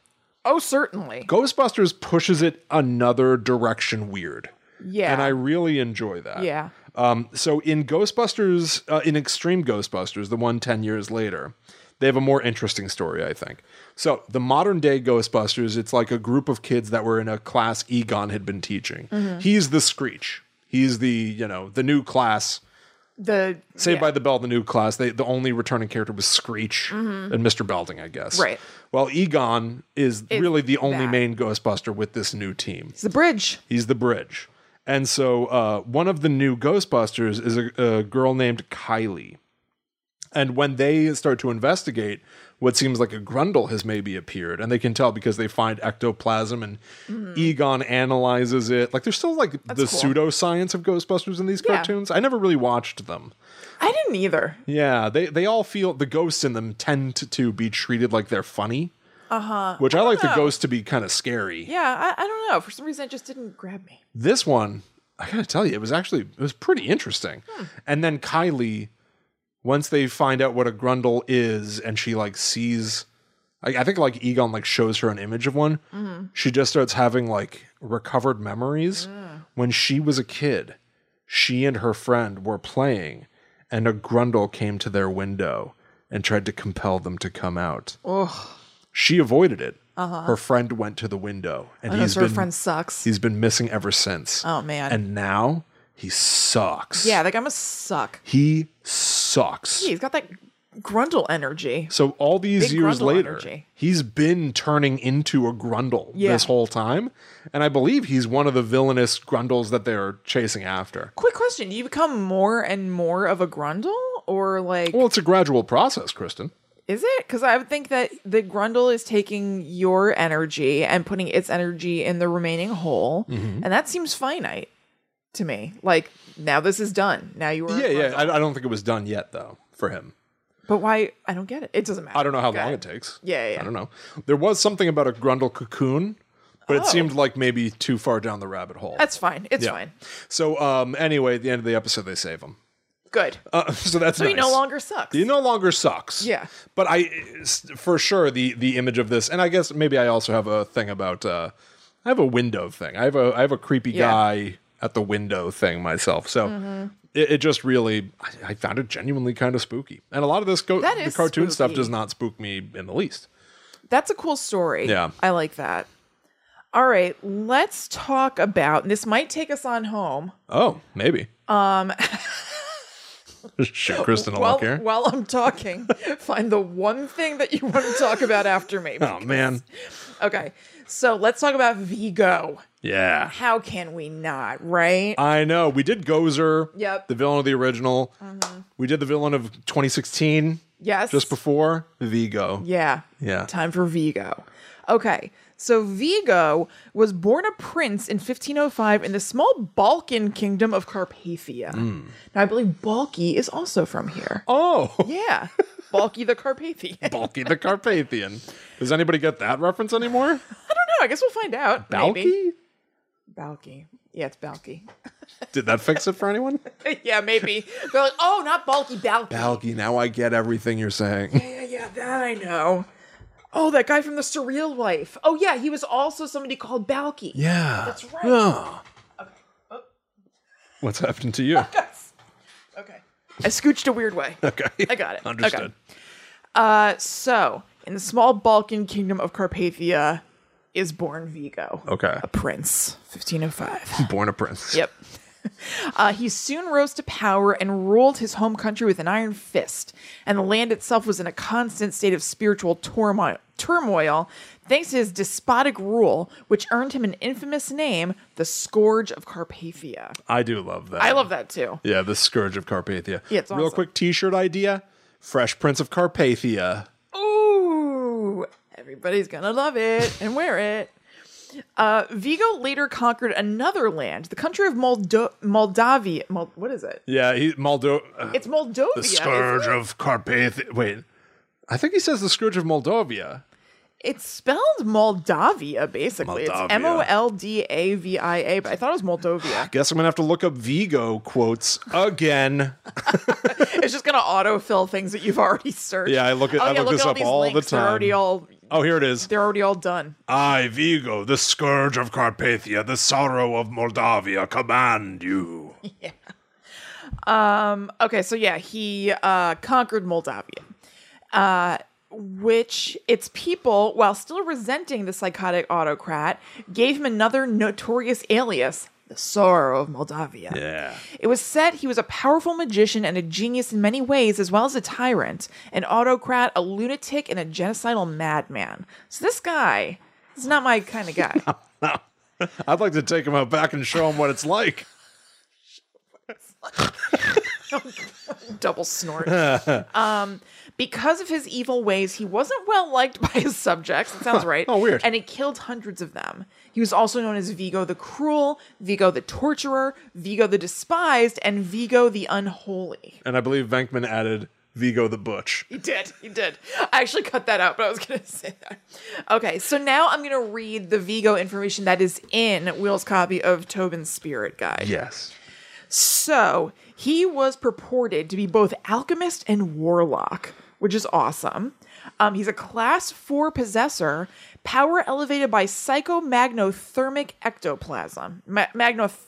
oh, certainly.
Ghostbusters pushes it another direction weird.
Yeah.
And I really enjoy that.
yeah.
Um, so in Ghostbusters, uh, in Extreme Ghostbusters, the one 10 years later, they have a more interesting story, I think. So the modern day Ghostbusters, it's like a group of kids that were in a class Egon had been teaching.
Mm-hmm.
He's the Screech. He's the, you know, the new class.
The
Saved
yeah.
by the Bell, the new class. They the only returning character was Screech and Mr. Belding, I guess.
Mm-hmm. Right.
Well, Egon is really the only
that.
main Ghostbuster with this new team.
It's the bridge.
He's the bridge. And so uh, one of the new Ghostbusters is a, a girl named Kylie. And when they start to investigate, what seems like a grundle has maybe appeared, and they can tell because they find ectoplasm and Egon analyzes it. Like there's still like the
Mm-hmm. cool.
pseudoscience of Ghostbusters in these
Yeah.
cartoons. I never really watched them.
I didn't either.
Yeah, they they all feel the ghosts in them tend to, to be treated like they're funny.
Uh-huh.
Uh huh. Which I, like the
know.
ghosts to be kind of scary.
Yeah, I, I don't know. For some reason, it just didn't grab me.
This one, I gotta tell you, it was actually it was pretty interesting. And then Kylie, once they find out what a grundle is, and she like sees, I, I think like Egon like shows her an image of one. She just starts having like recovered memories when she was a kid. She and her friend were playing, and a grundle came to their window and tried to compel them to come out.
Oh.
She avoided it. Her friend went to the window, and
Those
he's
sort
been
of friend sucks.
He's been missing ever since.
Oh, man.
And now he sucks.
Yeah, like I'm a suck.
He sucks.
Gee, He's got that grundle energy.
So all these
Big
years
grundle
later,
energy.
he's been turning into a grundle
Yeah.
this whole time. And I believe he's one of the villainous grundles that they're chasing after.
Quick question: Do you become more and more of a grundle, or like
Well, it's a gradual process, Kristen.
is it? Because I would think that the grundle is taking your energy and putting its energy in the remaining hole,
Mm-hmm.
and that seems finite to me. Like now, this is done. Now you are, a
Yeah, yeah.
grundle.
I, I don't think it was done yet, though, for him.
But why? I don't get it. It doesn't matter.
I don't know how
Go
long
ahead.
it takes.
Yeah, yeah, yeah.
I don't know. There was something about a grundle cocoon, but it seemed like maybe too far down the rabbit hole.
Oh. That's fine. It's
Yeah.
fine.
So um, anyway, at the end of the episode, they save him.
Good.
Uh, (laughs) so that's
so
nice.
he no longer sucks.
He no longer sucks.
Yeah.
But I, s- for sure, the the image of this, and I guess maybe I also have a thing about. Uh, I have a window thing. I have a I have a creepy
Yeah. Mm-hmm.
guy at the window thing myself. So. It, it just really, I, I found it genuinely kind of spooky, and a lot of this go
That
the
is
cartoon stuff
spooky.
does not spook me in the least.
That's a cool story.
Yeah.
I like that. All right, let's talk about and this might take us on home.
Oh, maybe. Um,
(laughs)
(laughs) shoot, Kristen, a
While,
look here.
while I'm
(laughs)
talking, find the one thing that you want to talk about after me.
oh man,
Okay. So let's talk about Vigo.
yeah.
How can we not, right?
I know. We did Gozer.
Yep. Mm-hmm.
The villain of the original. We did the villain of 2016
yes.
just before Vigo.
Yeah.
Yeah.
Time for Vigo. Okay. So Vigo was born a prince in 1505 in the small Balkan kingdom of Carpathia. Now I believe Balki is also from here.
Hmm. Oh,
Yeah. Balky the Carpathian. (laughs) I don't
(laughs) Balky the Carpathian. Does anybody get that reference anymore?
know. I guess we'll find out. (laughs) Maybe.
Balky?
Balky. Yeah, it's Balky.
Did that fix it for anyone? (laughs)
(laughs) yeah, maybe. They're like, oh, not Balky, Balky.
Balky, now I get everything you're saying.
yeah, yeah, that I know. Oh, that guy from the surreal life. Oh, yeah, he was also somebody called Balky.
Yeah.
That's right. Oh.
Yeah. What's
(laughs)
happened to you?
Okay. I scooched a weird way.
Okay.
I got it.
Understood.
Okay. Uh, so, in the small Balkan kingdom of Carpathia is born Vigo.
Okay.
A prince, 1505.
Born a prince.
yep. (laughs) Uh, he soon rose to power and ruled his home country with an iron fist, and the land itself was in a constant state of spiritual turmoil, turmoil thanks to his despotic rule, which earned him an infamous name, the Scourge of Carpathia.
I do love that.
I love that too.
Yeah, the scourge of Carpathia.
Yeah, it's
Real
awesome.
quick T-shirt idea: Fresh Prince of Carpathia.
Ooh, everybody's gonna love it and wear it. Uh, Vigo later conquered another land, the country of Moldo- Moldavia. Mol- what is it?
Yeah, he Moldo. uh,
It's Moldovia.
the
isn't
scourge
it?
of Carpathia. Wait, I think he says the scourge of Moldovia.
It's spelled Moldavia, basically.
Moldavia.
It's M O L D A V I A, but I thought it was
(laughs)
Moldovia.
Guess I'm gonna have to look up Vigo quotes again.
it's just gonna autofill things that you've already searched. Oh,
Yeah, I look at- I look
at
this up
these
all the
links. They're already
time. Uh,
all
Oh, here it is.
they're already all done.
I, Vigo, the scourge of Carpathia, the sorrow of Moldavia,
(laughs)
command you.
Um, okay, so yeah, he uh, conquered Moldavia, uh, which its people, while still resenting the psychotic autocrat, gave him another notorious alias, the Sorrow of Moldavia.
Yeah.
It was said he was a powerful magician and a genius in many ways, as well as a tyrant, an autocrat, a lunatic, and a genocidal madman. So this guy is not my kind of
(laughs)
guy.
I'd like to take him out back and show him what it's like.
double
(laughs)
snort. um, because of his evil ways, he wasn't well liked (laughs) by his subjects. That sounds right.
Oh, weird.
And he killed hundreds of them. He was also known as Vigo the Cruel, Vigo the Torturer, Vigo the Despised, and Vigo the Unholy.
And I believe Venkman added Vigo the Butch.
He did. He did. I actually cut that out, but I was going to (laughs) say that. Okay, so now I'm going to read the Vigo information that is in Will's copy of Tobin's Spirit Guide.
Yes.
So he was purported to be both alchemist and warlock, which is awesome. Um, he's a class four possessor, power elevated by psychomagnothermic ectoplasm. Ma- magnother-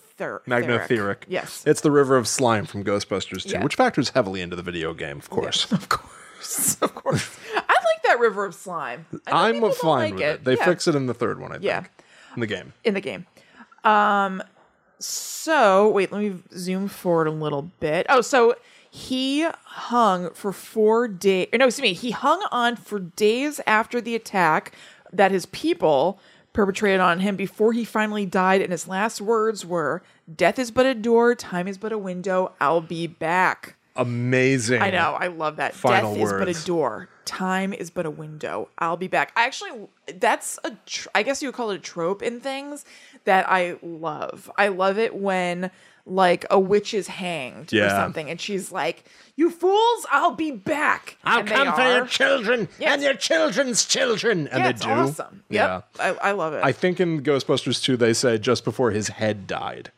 Magnotheric.
Yes.
It's the river of slime from Ghostbusters 2,
Yeah.
which factors heavily into the video game, of course.
Of course. (laughs) Of course. I like that river of slime. I know
I'm
people
fine
don't like
with it. They
Yeah.
fix it in the third one, I think.
Yeah.
In the game.
in the game. Um so wait, let me zoom forward a little bit. Oh, so he hung for 4 days. No, excuse me. He hung on for days after the attack that his people perpetrated on him before he finally died and his last words were death is but a door, time is but a window. I'll be back.
Amazing.
I know. I love that.
Final
Death is but
words.
a door. Time is but a window. I'll be back. I actually, that's a, tr- I guess you would call it a trope in things that I love. I love it when like a witch is hanged or
Yeah.
something and she's like, you fools, I'll be back. and they are.
children
Yes.
your children's children. And
Yeah,
they
it's
do.
awesome. Yep. I, I love it.
I think in Ghostbusters 2, they say just before his head died,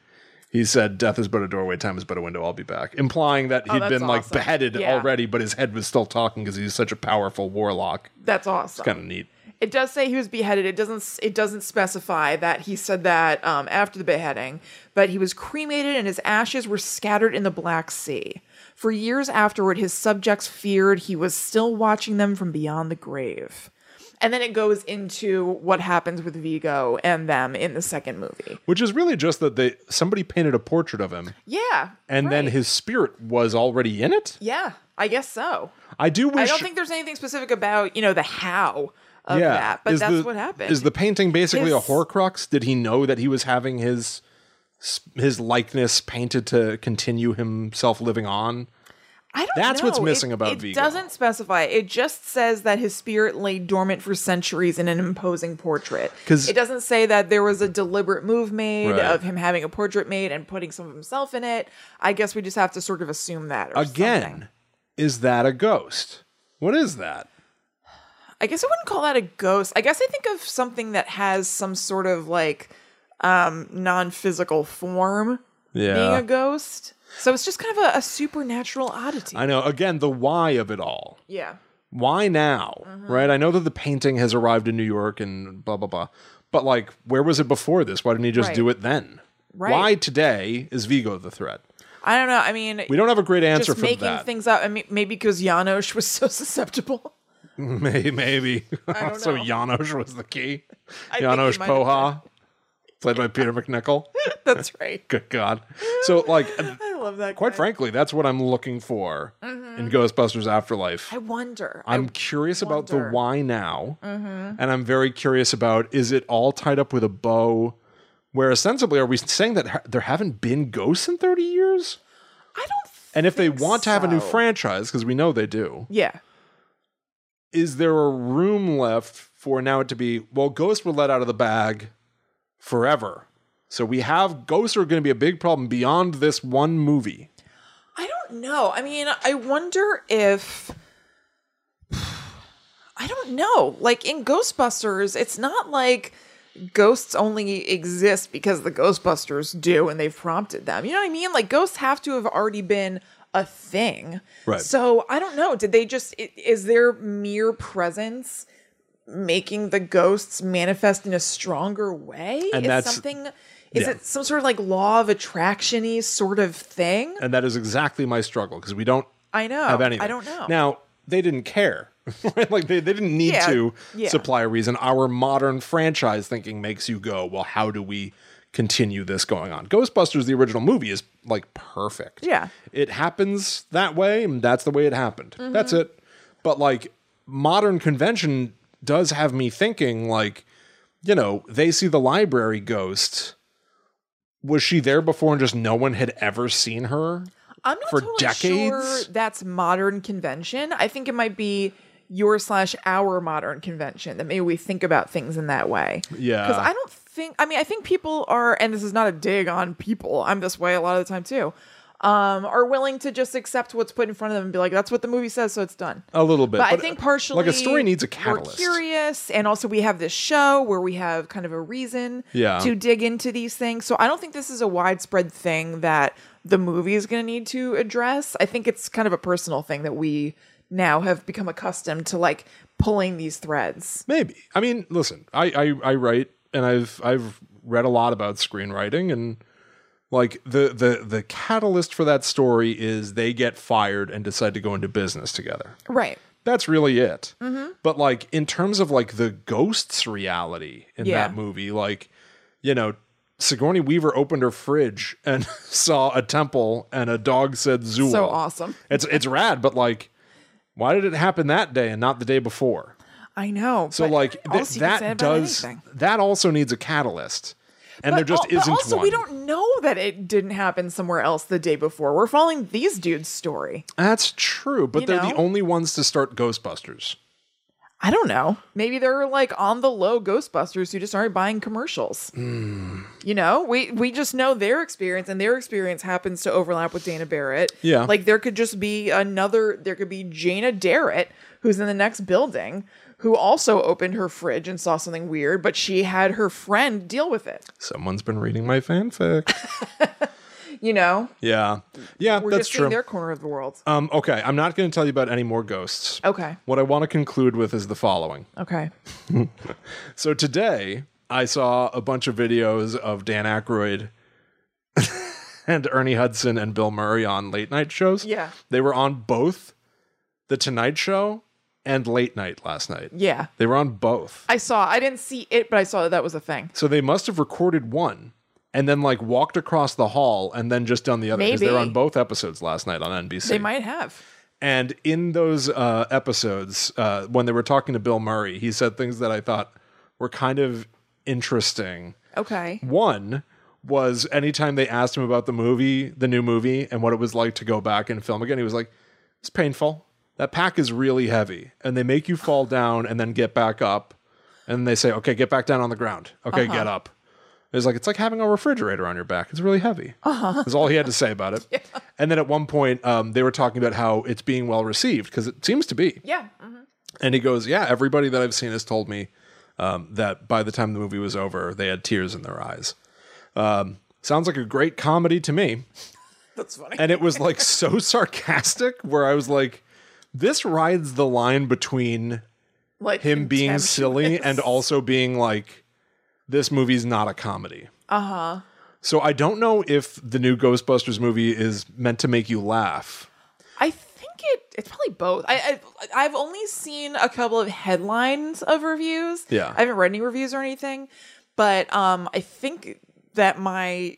he said, Death is but a doorway, time is but a window, I'll be back. Implying that he had
Oh, that's
been like
awesome.
beheaded
Yeah.
already, but his head was still talking because he's such a powerful warlock.
that's awesome.
Kind of neat.
It does say he was beheaded. It doesn't. s- It doesn't specify that he said that um, after the beheading, but he was cremated and his ashes were scattered in the Black Sea. For years afterward, his subjects feared he was still watching them from beyond the grave. And then it goes into what happens with Vigo and them in the second movie.
Which is really just that they somebody painted a portrait of him
Yeah.
and then
right.
his spirit was already in it.
Yeah, I guess so.
I do wish
I don't think there's anything specific about you know the how of
yeah,
that, but
is
that's
the-
what happened.
Is the painting basically a
His-
horcrux? Did he know that he was having his his likeness painted to continue himself living on?
I don't
That's what's
know.
missing
It-
about
it
Vigo.
doesn't specify. It just says that his spirit lay dormant for centuries in an imposing portrait.
'Cause-
it doesn't say that there was a deliberate move made
Right.
of him having a portrait made and putting some of himself in it. I guess we just have to sort of assume that. Or
Again,
something.
is that a ghost? What is that?
I guess I wouldn't call that a ghost. I guess I think of something that has some sort of like um, non-physical form being a ghost. So it's just kind of a, a supernatural oddity.
I know. Again, the why of it all.
yeah.
Why now?
Uh-huh.
Right? I know that the painting has arrived in New York and blah blah blah. But like, where was it before this? Why didn't he just
Right.
do it then?
Right.
Why today is Vigo the threat?
I don't know. I mean,
We don't have a great answer
just
for
making
that.
things up. I mean, maybe because Janosch was so (laughs) susceptible.
(laughs) Maybe. maybe.
don't
(laughs) so
know.
Janosch was the key.
I think he
Janosch
might have (laughs)
Poha, played by Peter McNichol.
That's right.
Good God. So, like,
I love that. (laughs)
quite
guy.
frankly, that's what I'm looking for in Ghostbusters Afterlife.
Mm-hmm. I wonder. I-
I'm curious about the
wonder. Mm-hmm.
why now. And I'm very curious about is it all tied up with a bow? Where ostensibly, are we saying that ha- there haven't been ghosts in 30 years?
I don't.
And if they
think
want to have a new
so.
franchise, because we know they do,
yeah.
is there a room left for now it to be well ghosts were let out of the bag forever so we have ghosts are going to be a big problem beyond this one movie
(sighs) I don't know. I mean, I wonder if. I I don't know. Like in Ghostbusters, it's not like ghosts only exist because the Ghostbusters do and they've prompted them. You know what I mean? Like ghosts have to have already been a thing.
Right.
So I don't know. Did they just, i- is their mere presence making the ghosts manifest in a stronger way?
And
is
that's-
something, is
yeah.
it some sort of like law of attraction y sort of thing?
And that is exactly my struggle because we don't
I know.
have anything.
I don't know.
Now, they didn't care. (laughs) right? Like they, they didn't need
Yeah,
to
yeah.
supply a reason. Our modern franchise thinking makes you go, well, how do we continue this going on? Ghostbusters, the original movie, is like perfect.
Yeah.
It happens that way, and that's the way it happened.
Mm-hmm.
That's it. But like modern convention does have me thinking, like, you know, they see the library ghost. Was she there before and just no one had ever seen her?
I'm not
for
totally sure
decades?
that's modern convention. I think it might be your slash our modern convention that maybe we think about things in that way.
Yeah.
Because I don't think I mean I think people are and this is not a dig on people. I'm this way a lot of the time too. Um, are willing to just accept what's put in front of them and be like, that's what the movie says, so it's done.
A little bit.
But, I
but,
think
uh,
partially
Like a story needs a
We're
catalyst.
curious, and also we have this show where we have kind of a reason
Yeah.
to dig into these things. So I don't think this is a widespread thing that the movie is going to need to address. I think it's kind of a personal thing that we now have become accustomed to, like pulling these threads.
Maybe. I mean, listen, I, I, I write and I've I've read a lot about screenwriting and like the, the the catalyst for that story is they get fired and decide to go into business together.
Right.
That's really it.
Mm-hmm.
But like in terms of like the ghosts reality in
Yeah.
that movie, like you know, Sigourney Weaver opened her fridge and (laughs) saw a temple and a dog said Zool.
So awesome.
It's it's rad, but like, why did it happen that day and not the day before?
I know.
So like th- that does that also needs a catalyst, and there just isn't
But also,
one.
we don't know that it didn't happen somewhere else the day before. We're following these dudes' story.
That's true, but
You
they're
know?
the only ones to start Ghostbusters.
I don't know. Maybe they're like on the low Ghostbusters who just aren't buying commercials. You know, we we just know their experience, and their experience happens to overlap with Dana Barrett.
Yeah.
like there could just be another. There could be Jana Darrett, who's in the next building, who also opened her fridge and saw something weird, but she had her friend deal with it.
Someone's been reading my
(laughs)
fanfic.
You know,
yeah, yeah,
we're
that's
just seeing
true.
their corner of the world.
um, okay, I'm not going to tell you about any more ghosts.
Okay,
What I want to conclude with is the following.
okay,
So today I saw a bunch of videos of Dan Aykroyd (laughs) and Ernie Hudson and Bill Murray on late night shows.
Yeah.
They were on both the Tonight Show and Late Night last night.
yeah.
They were on both.
I saw. I didn't see it, but I saw that that was a thing.
So they must have recorded one and then like walked across the hall and then just done the other because they were
Maybe.
on both episodes last night on NBC.
They might have.
And in those uh, episodes, uh, when they were talking to Bill Murray, he said things that I thought were kind of interesting.
Okay.
One was anytime they asked him about the movie, the new movie, and what it was like to go back and film again, he was like, It's painful. That pack is really heavy. And they make you fall down and then get back up. And they say, Okay, get back down on the ground. Okay, get up. It's like it's like having a refrigerator on your back. It's really heavy. Uh-huh. That's all he had to say about it. And then at one point, um, they were talking about how it's being well received because it seems to be.
Yeah.
And he goes, "Yeah, everybody that I've seen has told me um, that by the time the movie was over, they had tears in their eyes." Um, sounds like a great comedy to me,
That's funny.
and it was like so (laughs) sarcastic, where I was like, "This rides the line between
like
him being
contemptuous. (laughs)
silly and also being like, this movie's not a comedy." Uh huh. So I don't know if the new Ghostbusters movie is meant to make you laugh.
I think it. It's probably both. I, I I've only seen a couple of headlines of reviews.
Yeah.
I haven't read any reviews or anything, but um, I think that my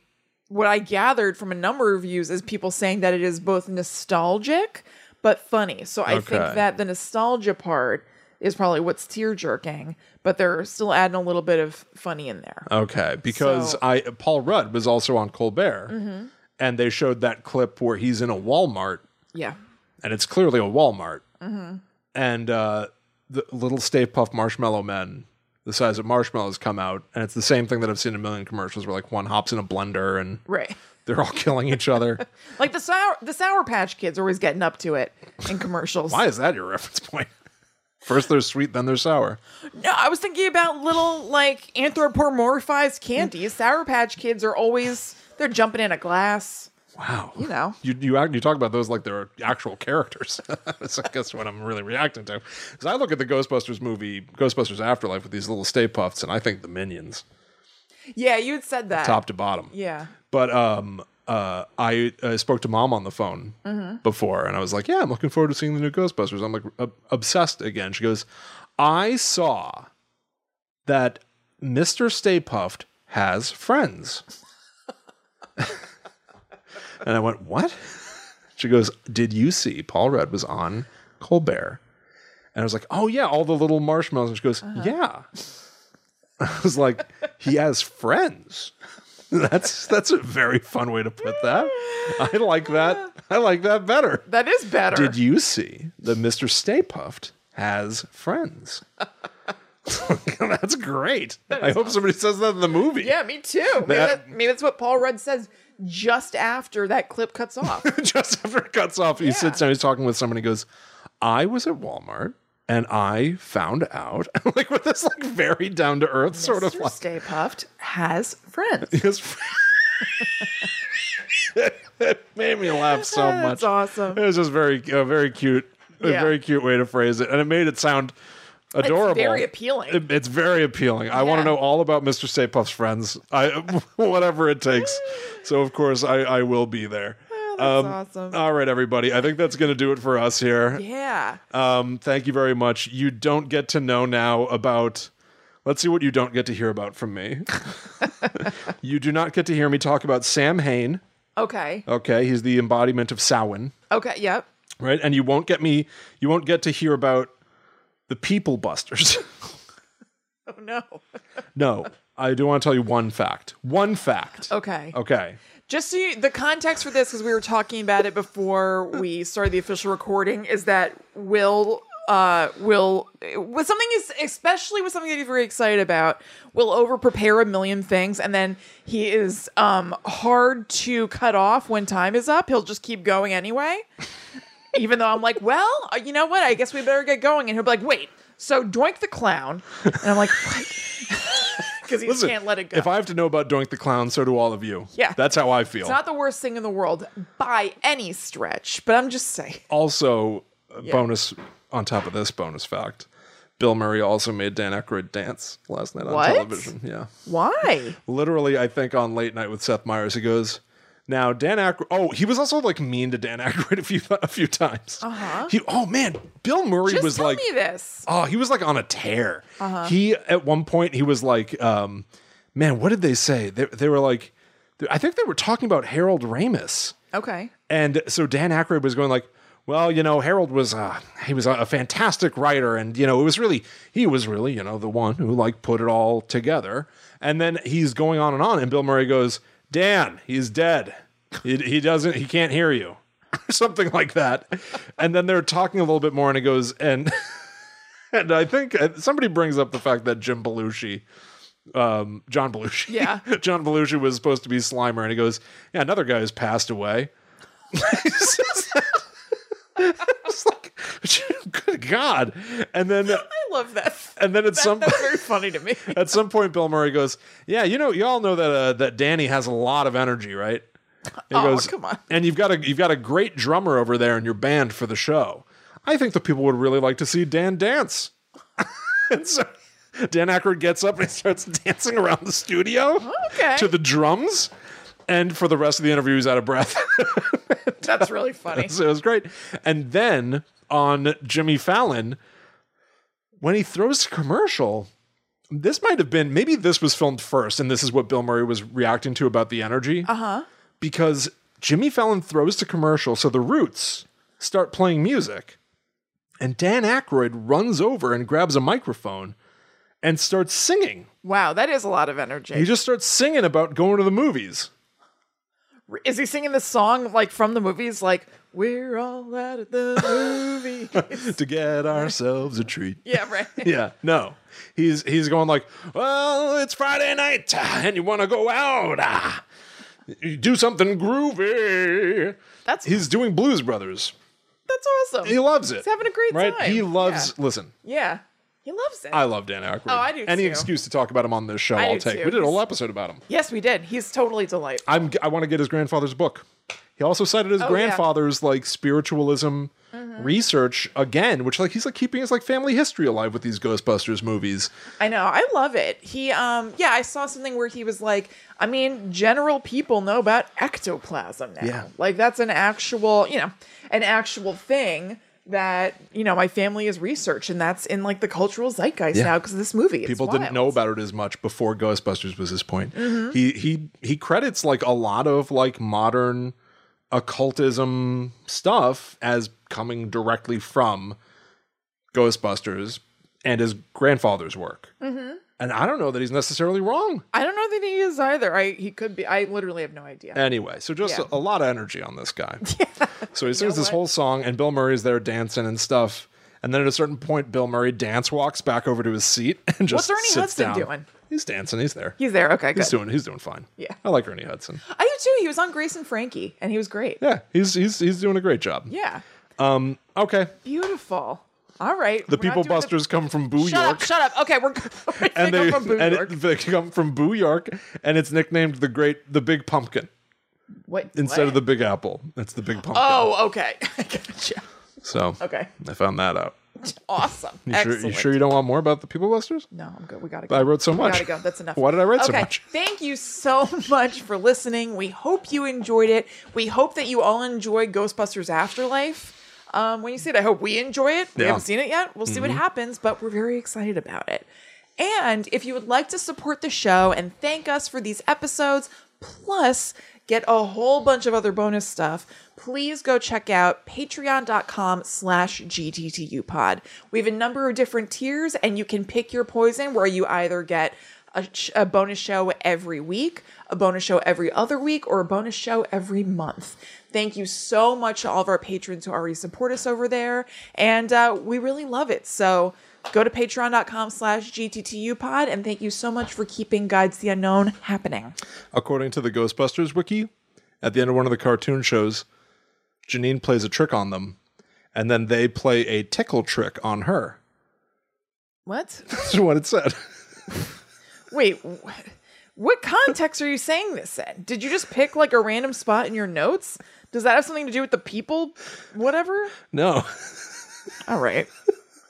what I gathered from a number of reviews is people saying that it is both nostalgic but funny. So I
Okay.
think that the nostalgia part is probably what's tear jerking, but they're still adding a little bit of funny in there.
Okay, because
So-
I Paul Rudd was also on Colbert, and they showed that clip where he's in a Walmart,
yeah.
and it's clearly a Walmart, and uh, the little Stay Puff Marshmallow Men, the size of marshmallows, come out, and it's the same thing that I've seen in a million commercials, where like one hops in a blender and
Right.
they're all (laughs) killing each other.
Like the sour the sour patch kids are always getting up to it in commercials.
Why is that your reference point? First they're sweet, then they're sour.
No, I was thinking about little like anthropomorphized candies. Sour Patch Kids are always they're jumping in a glass.
Wow.
You know.
You, you act- you talk about those like they're actual characters. (laughs) That's I guess what I'm really reacting to. Because I look at the Ghostbusters movie, Ghostbusters Afterlife, with these little Stay Puffs, and I think the Minions,
Yeah, you had said that.
top to bottom.
Yeah.
But um, uh, I uh, spoke to mom on the phone before, and I was like, "Yeah, I'm looking forward to seeing the new Ghostbusters." I'm like ob- obsessed again. She goes, "I saw that Mr. Stay Puffed has friends," (laughs) and I went, "What?" She goes, "Did you see Paul Rudd was on Colbert?" And I was like, "Oh yeah, all the little marshmallows." And she goes, "Yeah." (laughs) I was like, "He has friends." (laughs) That's that's a very fun way to put that. I like that. I like that better.
That is better.
Did you see that Mr. Stay Puffed has friends? (laughs) that's great. I hope somebody says that in the movie.
yeah, me too. Maybe,
That-
that, maybe that's what Paul Rudd says just after that clip cuts
(laughs)
off.
(laughs) Just after it cuts off, he sits down, he's talking with someone, he goes, I was at Walmart and I found out (laughs) like with this like very down to earth sort of
Mr.
like
Stay Puffed has friends.
(laughs) his it made me laugh so much.
That's awesome.
It was just very, a very cute, a
Yeah.
very cute way to phrase it, and it made it sound adorable.
very appealing.
It- it's very appealing. I want to
Yeah.
know all about Mr. Stay Puft's friends. I, (laughs) whatever it takes. So of course, I, I will be there. Um,
that's awesome.
All right, everybody. I think that's going to do it for us here.
Yeah.
Um, thank you very much. You don't get to know now about. Let's see what you don't get to hear about
(laughs)
from me. you do not get to hear me talk about Sam Hain.
Okay.
Okay, he's the embodiment of Samhain
Okay. Yep.
right? And you won't get me, you won't get to hear about the People Busters. (laughs)
Oh no. (laughs)
no, I do want to tell you one fact. One fact.
Okay.
Okay.
Just so you, the context for this, because we were talking about it before we started the official recording, is that Will, uh, Will, with something, is, especially with something that he's very excited about, will over prepare a million things, and then he is um, hard to cut off when time is up. He'll just keep going anyway. Even though I'm like, well, uh, you know what? I guess we better get going. And he'll be like, wait, so Doink the Clown. And I'm like, (laughs) Because he just
Listen,
can't let it go.
If I have to know about Doink the Clown, so do all of you.
Yeah.
That's how I feel.
It's not the worst thing in the world by any stretch, but I'm just saying.
also, a bonus on top of this bonus fact. Bill Murray also made Dan Aykroyd dance last night on
What?
television. Yeah. (laughs)
Why?
Literally, I think on Late Night with Seth Meyers, he goes, now Dan Aykroyd. Oh, he was also like mean to Dan (laughs) Aykroyd a few a few times. Uh-huh. He, oh man, Bill Murray
Just
was
tell
like
me Uh-huh. this.
Oh, he was like on a tear. He at one point he was like, um, man, what did they say? They, they were like, I think they were talking about Harold Ramis,
Okay.
and so Dan Aykroyd was going like, well, you know, Harold was uh, he was a, a fantastic writer, and you know, it was really he was really you know the one who like put it all together. And then he's going on and on, and Bill Murray goes, Dan, he's dead. He, he doesn't. He can't hear you. (laughs) Something like that, and then they're talking a little bit more, and it goes, and (laughs) and I think uh, somebody brings up the fact that Jim Belushi, um, John Belushi,
Yeah.
(laughs) John Belushi was supposed to be Slimer, and he goes, "Yeah, another guy has passed away." It's just- it's (laughs) like, good God! And then,
I love that.
(laughs) and then at
That-
some
that's very funny
(laughs)
to me.
at some point, Bill Murray goes, "Yeah, you know, you all know that uh, that Danny has a lot of energy, right?" He
Oh, come on.
And you've got a you've got a great drummer over there in your band for the show. I think the people would really like to see Dan dance. (laughs) and so Dan Aykroyd gets up and he starts dancing around the studio
Okay.
to the drums. And for the rest of the interview, he's out of breath.
(laughs) That's
(laughs)
really funny.
So it was great. And then on Jimmy Fallon, when he throws a commercial, this might have been maybe this was filmed first, and this is what Bill Murray was reacting to about the energy. Uh huh. Because Jimmy Fallon throws to commercial, so the Roots start playing music, and Dan Aykroyd runs over and grabs a microphone and starts singing.
Wow, that is a lot of
He
energy.
just starts singing about going to the movies.
Is he singing the song like from the movies? Like we're all out
(laughs)
of the movie.
to get ourselves a treat.
(laughs) yeah, right.
yeah, no. He's he's going like, well, it's Friday night ah, and you want to go out, ah, you do something groovy.
That's
He's doing Blues Brothers.
That's awesome.
He loves it.
He's having a great
right?
time.
He loves.
Yeah.
Listen,
yeah. He loves it.
I love Dan Aykroyd.
Oh, I do
Any
too.
excuse to talk about him on this show,
I
will
do
take.
too.
We did a whole
He's-
episode about him.
yes, we did. He's totally delightful.
I'm. I want to get his grandfather's book. He also cited his
Oh, yeah. Mm-hmm.
grandfather's like spiritualism research again, which like he's like keeping his like family history alive with these Ghostbusters movies.
I know. I love it. He um yeah, I saw something where he was like, I mean, general people know about ectoplasm now.
Yeah.
Like that's an actual, you know, an actual thing that, you know, my family has researched and that's in like the cultural zeitgeist now because of this movie. It's
People didn't
wild. Mm-hmm.
know about it as much before Ghostbusters was his point. He he he credits like a lot of like modern occultism stuff as coming directly from Ghostbusters and his grandfather's work.
Mm-hmm.
And I don't know that he's necessarily wrong.
I don't know that he is either. I he could be I literally have no idea.
Anyway, so just
Yeah.
a, a lot of energy on this
(laughs)
guy. So he sings
know
this
what?
whole song, and Bill Murray's there dancing and stuff. And then at a certain point, Bill Murray dance walks back over to his seat (laughs) and just
What's Ernie
sits
Hudson
down.
doing?
He's dancing. He's there.
He's there. Okay, good.
He's doing. He's doing fine.
Yeah.
I like Ernie Hudson.
I do too. He was on Grace and Frankie and he was great.
Yeah, he's he's he's doing a great job. Um,
Yeah.
Okay,
Beautiful. All right.
the People Busters come from Boo
Shut
York,
up, shut up. Okay, we're, (laughs) we're
and
they
they,
go from Boo
and
York.
It, they come from Boo York, and it's nicknamed the Great, the Big Pumpkin
what
instead
what?
of the Big Apple. That's the Big Pumpkin.
Oh, okay. (laughs) I gotcha.
so
Okay.
I found that out.
Awesome.
You sure,
Excellent.
you sure you don't want more about the People Busters?
no, I'm good. We gotta go.
I wrote so much.
Gotta go.
(laughs)
That's enough.
Why did I write
okay.
so much?
Thank you so (laughs) much for listening. We hope you enjoyed it. We hope that you all enjoy Ghostbusters Afterlife. Um, when you see it, I hope we enjoy it. We
Yeah.
haven't seen it yet. We'll see what happens, but we're very excited about it. And if you would like to support the show and thank us for these episodes, plus get a whole bunch of other bonus stuff, please go check out patreon.com slash gttupod. We have a number of different tiers, and you can pick your poison where you either get a, sh- a bonus show every week, a bonus show every other week, or a bonus show every month. Thank you so much to all of our patrons who already support us over there, and uh, we really love it. So go to patreon.com slash gttupod, and thank you so much for keeping Guides to the Unknown happening.
According to the Ghostbusters wiki, at the end of one of the cartoon shows, Janine plays a trick on them, and then they play a tickle trick on her. (laughs)
What?
That's what it said.
(laughs)
(laughs)
Wait, wh- what context are you saying this in? Did you just pick like a random spot in your notes? Does that have something to do with the people? Whatever?
No. (laughs)
All right.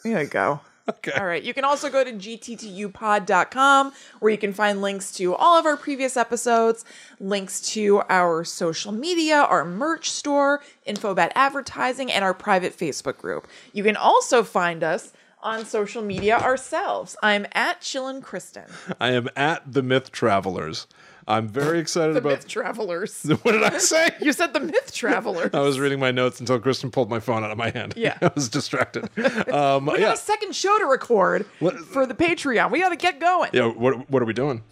Here we go.
Okay.
All right. You can also go to gttupod.com where you can find links to all of our previous episodes, links to our social media, our merch store, info about advertising, and our private Facebook group. You can also find us on social media ourselves. I'm at Chillin'
(laughs)
Kristen.
I am at the Myth Travelers. I'm very excited
The
about.
Myth Travelers.
(laughs) what did I say?
(laughs) You said the Myth
(laughs)
Travelers.
I was reading my notes until Kristen pulled my phone out of my hand. (laughs)
Yeah.
I was distracted.
(laughs)
Um,
We got
yeah.
a second show to record
What-
for the Patreon. We got to get going.
Yeah. What, what are we doing?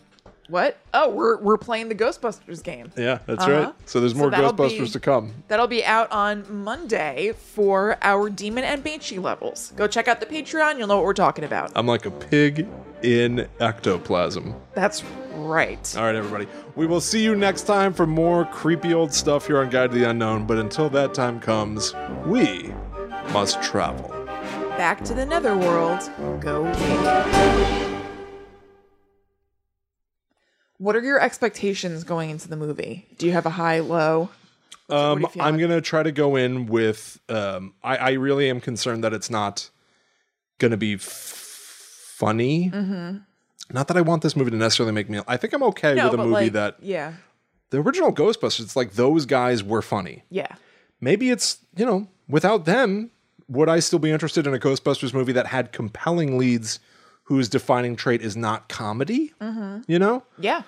What? Oh, we're we're playing the Ghostbusters game.
Yeah, that's
Uh-huh.
right. So there's
So
more
that'll
Ghostbusters
be-
to come.
That'll be out on Monday for our Demon and Banshee levels. Go check out the Patreon. You'll know what we're talking about.
I'm like a pig in ectoplasm.
That's right.
All right, everybody. We will see you next time for more creepy old stuff here on Guide to the Unknown. But until that time comes, we must travel.
Back to the Netherworld. Go Lady. What are your expectations going into the movie? Do you have a high, low?
Um,
you feeling?
I'm gonna try to go in with. Um, I, I really am concerned that it's not gonna be f- funny.
Mm-hmm.
Not that I want this movie to necessarily make me. I think I'm okay with a movie
like,
that
yeah,
the original Ghostbusters. It's like those guys were funny.
yeah.
maybe it's you know without them would i still be interested in a ghostbusters movie that had compelling leads whose defining trait is not comedy
Mm-hmm.
you know
Yeah.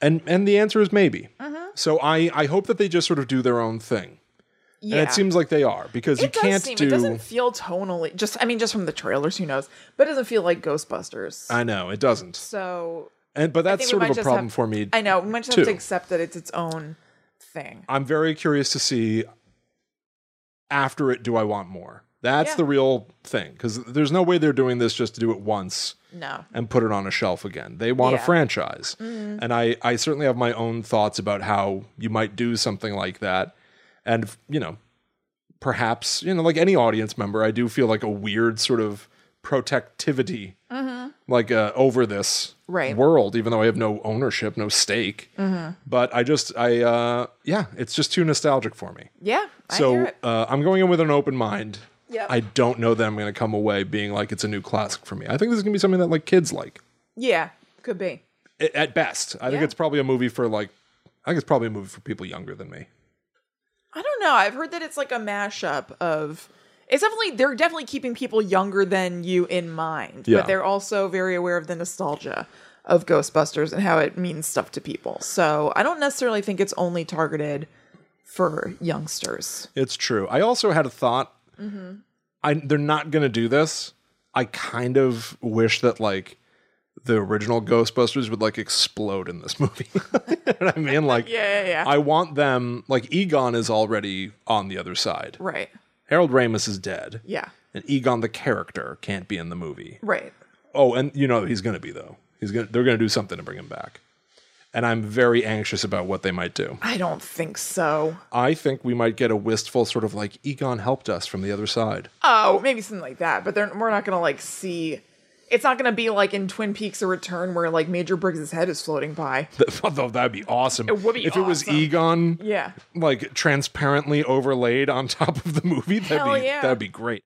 and and the answer is maybe
Mm-hmm.
so i i hope that they just sort of do their own thing
Yeah.
and it seems like they are because you
it does
can't
seem,
do
it doesn't feel tonally just I mean just from the trailers, who knows? But it doesn't feel like Ghostbusters.
i know it doesn't
so
and but
I think
that's
we
sort
might
of a
just
problem
have-
for me
I know, we might just
too.
have to accept that it's its own thing.
i'm very curious to see after it do i want more that's
Yeah.
the real thing because there's no way they're doing this just to do it once
No.
and put it on a shelf again. They want a
Yeah. Mm-hmm.
franchise. And I, I certainly have my own thoughts about how you might do something like that. And, you know, perhaps you know like any audience member i do feel like a weird sort of protectivity like uh, over this
Mm-hmm. Right. Mm-hmm.
world even though i have no ownership no stake but i just i uh yeah it's just too nostalgic for me
Yeah. I hear
so
it.
uh, i'm going in with an open mind
Yep.
i don't know that i'm going to come away being like it's a new classic for me i think this is going to be something that like kids like
yeah, could be.
a- at best i think
Yeah.
it's probably a movie for like i think it's probably a movie for people younger than me
I don't know. I've heard that it's like a mashup of. It's definitely they're definitely keeping people younger than you in mind,
Yeah.
but they're also very aware of the nostalgia of Ghostbusters and how it means stuff to people. So I don't necessarily think it's only targeted for youngsters.
It's true. I also had a thought. I they're not gonna do this. I kind of wish that like the original Ghostbusters would like explode in this (laughs) movie. you know what I mean?
(laughs)
Like,
Yeah, yeah, yeah.
I want them. Like Egon is already on the other side.
Right.
Harold Ramis is dead,
Yeah.
and Egon the character can't be in the movie.
Right.
Oh, and you know he's gonna be though. He's gonna. They're gonna do something to bring him back. And I'm very anxious about what they might do.
I don't think so.
I think we might get a wistful sort of like Egon helped us from the other side. (laughs)
Oh, maybe something like that. But they're, we're not gonna like see. It's not gonna be like in Twin Peaks: A Return where like Major Briggs' head is floating by.
Although that'd be awesome. It
would be
if it was
awesome.
Egon,
Yeah.
like transparently overlaid on top of the movie. That'd
Hell
be
yeah.
that'd be great.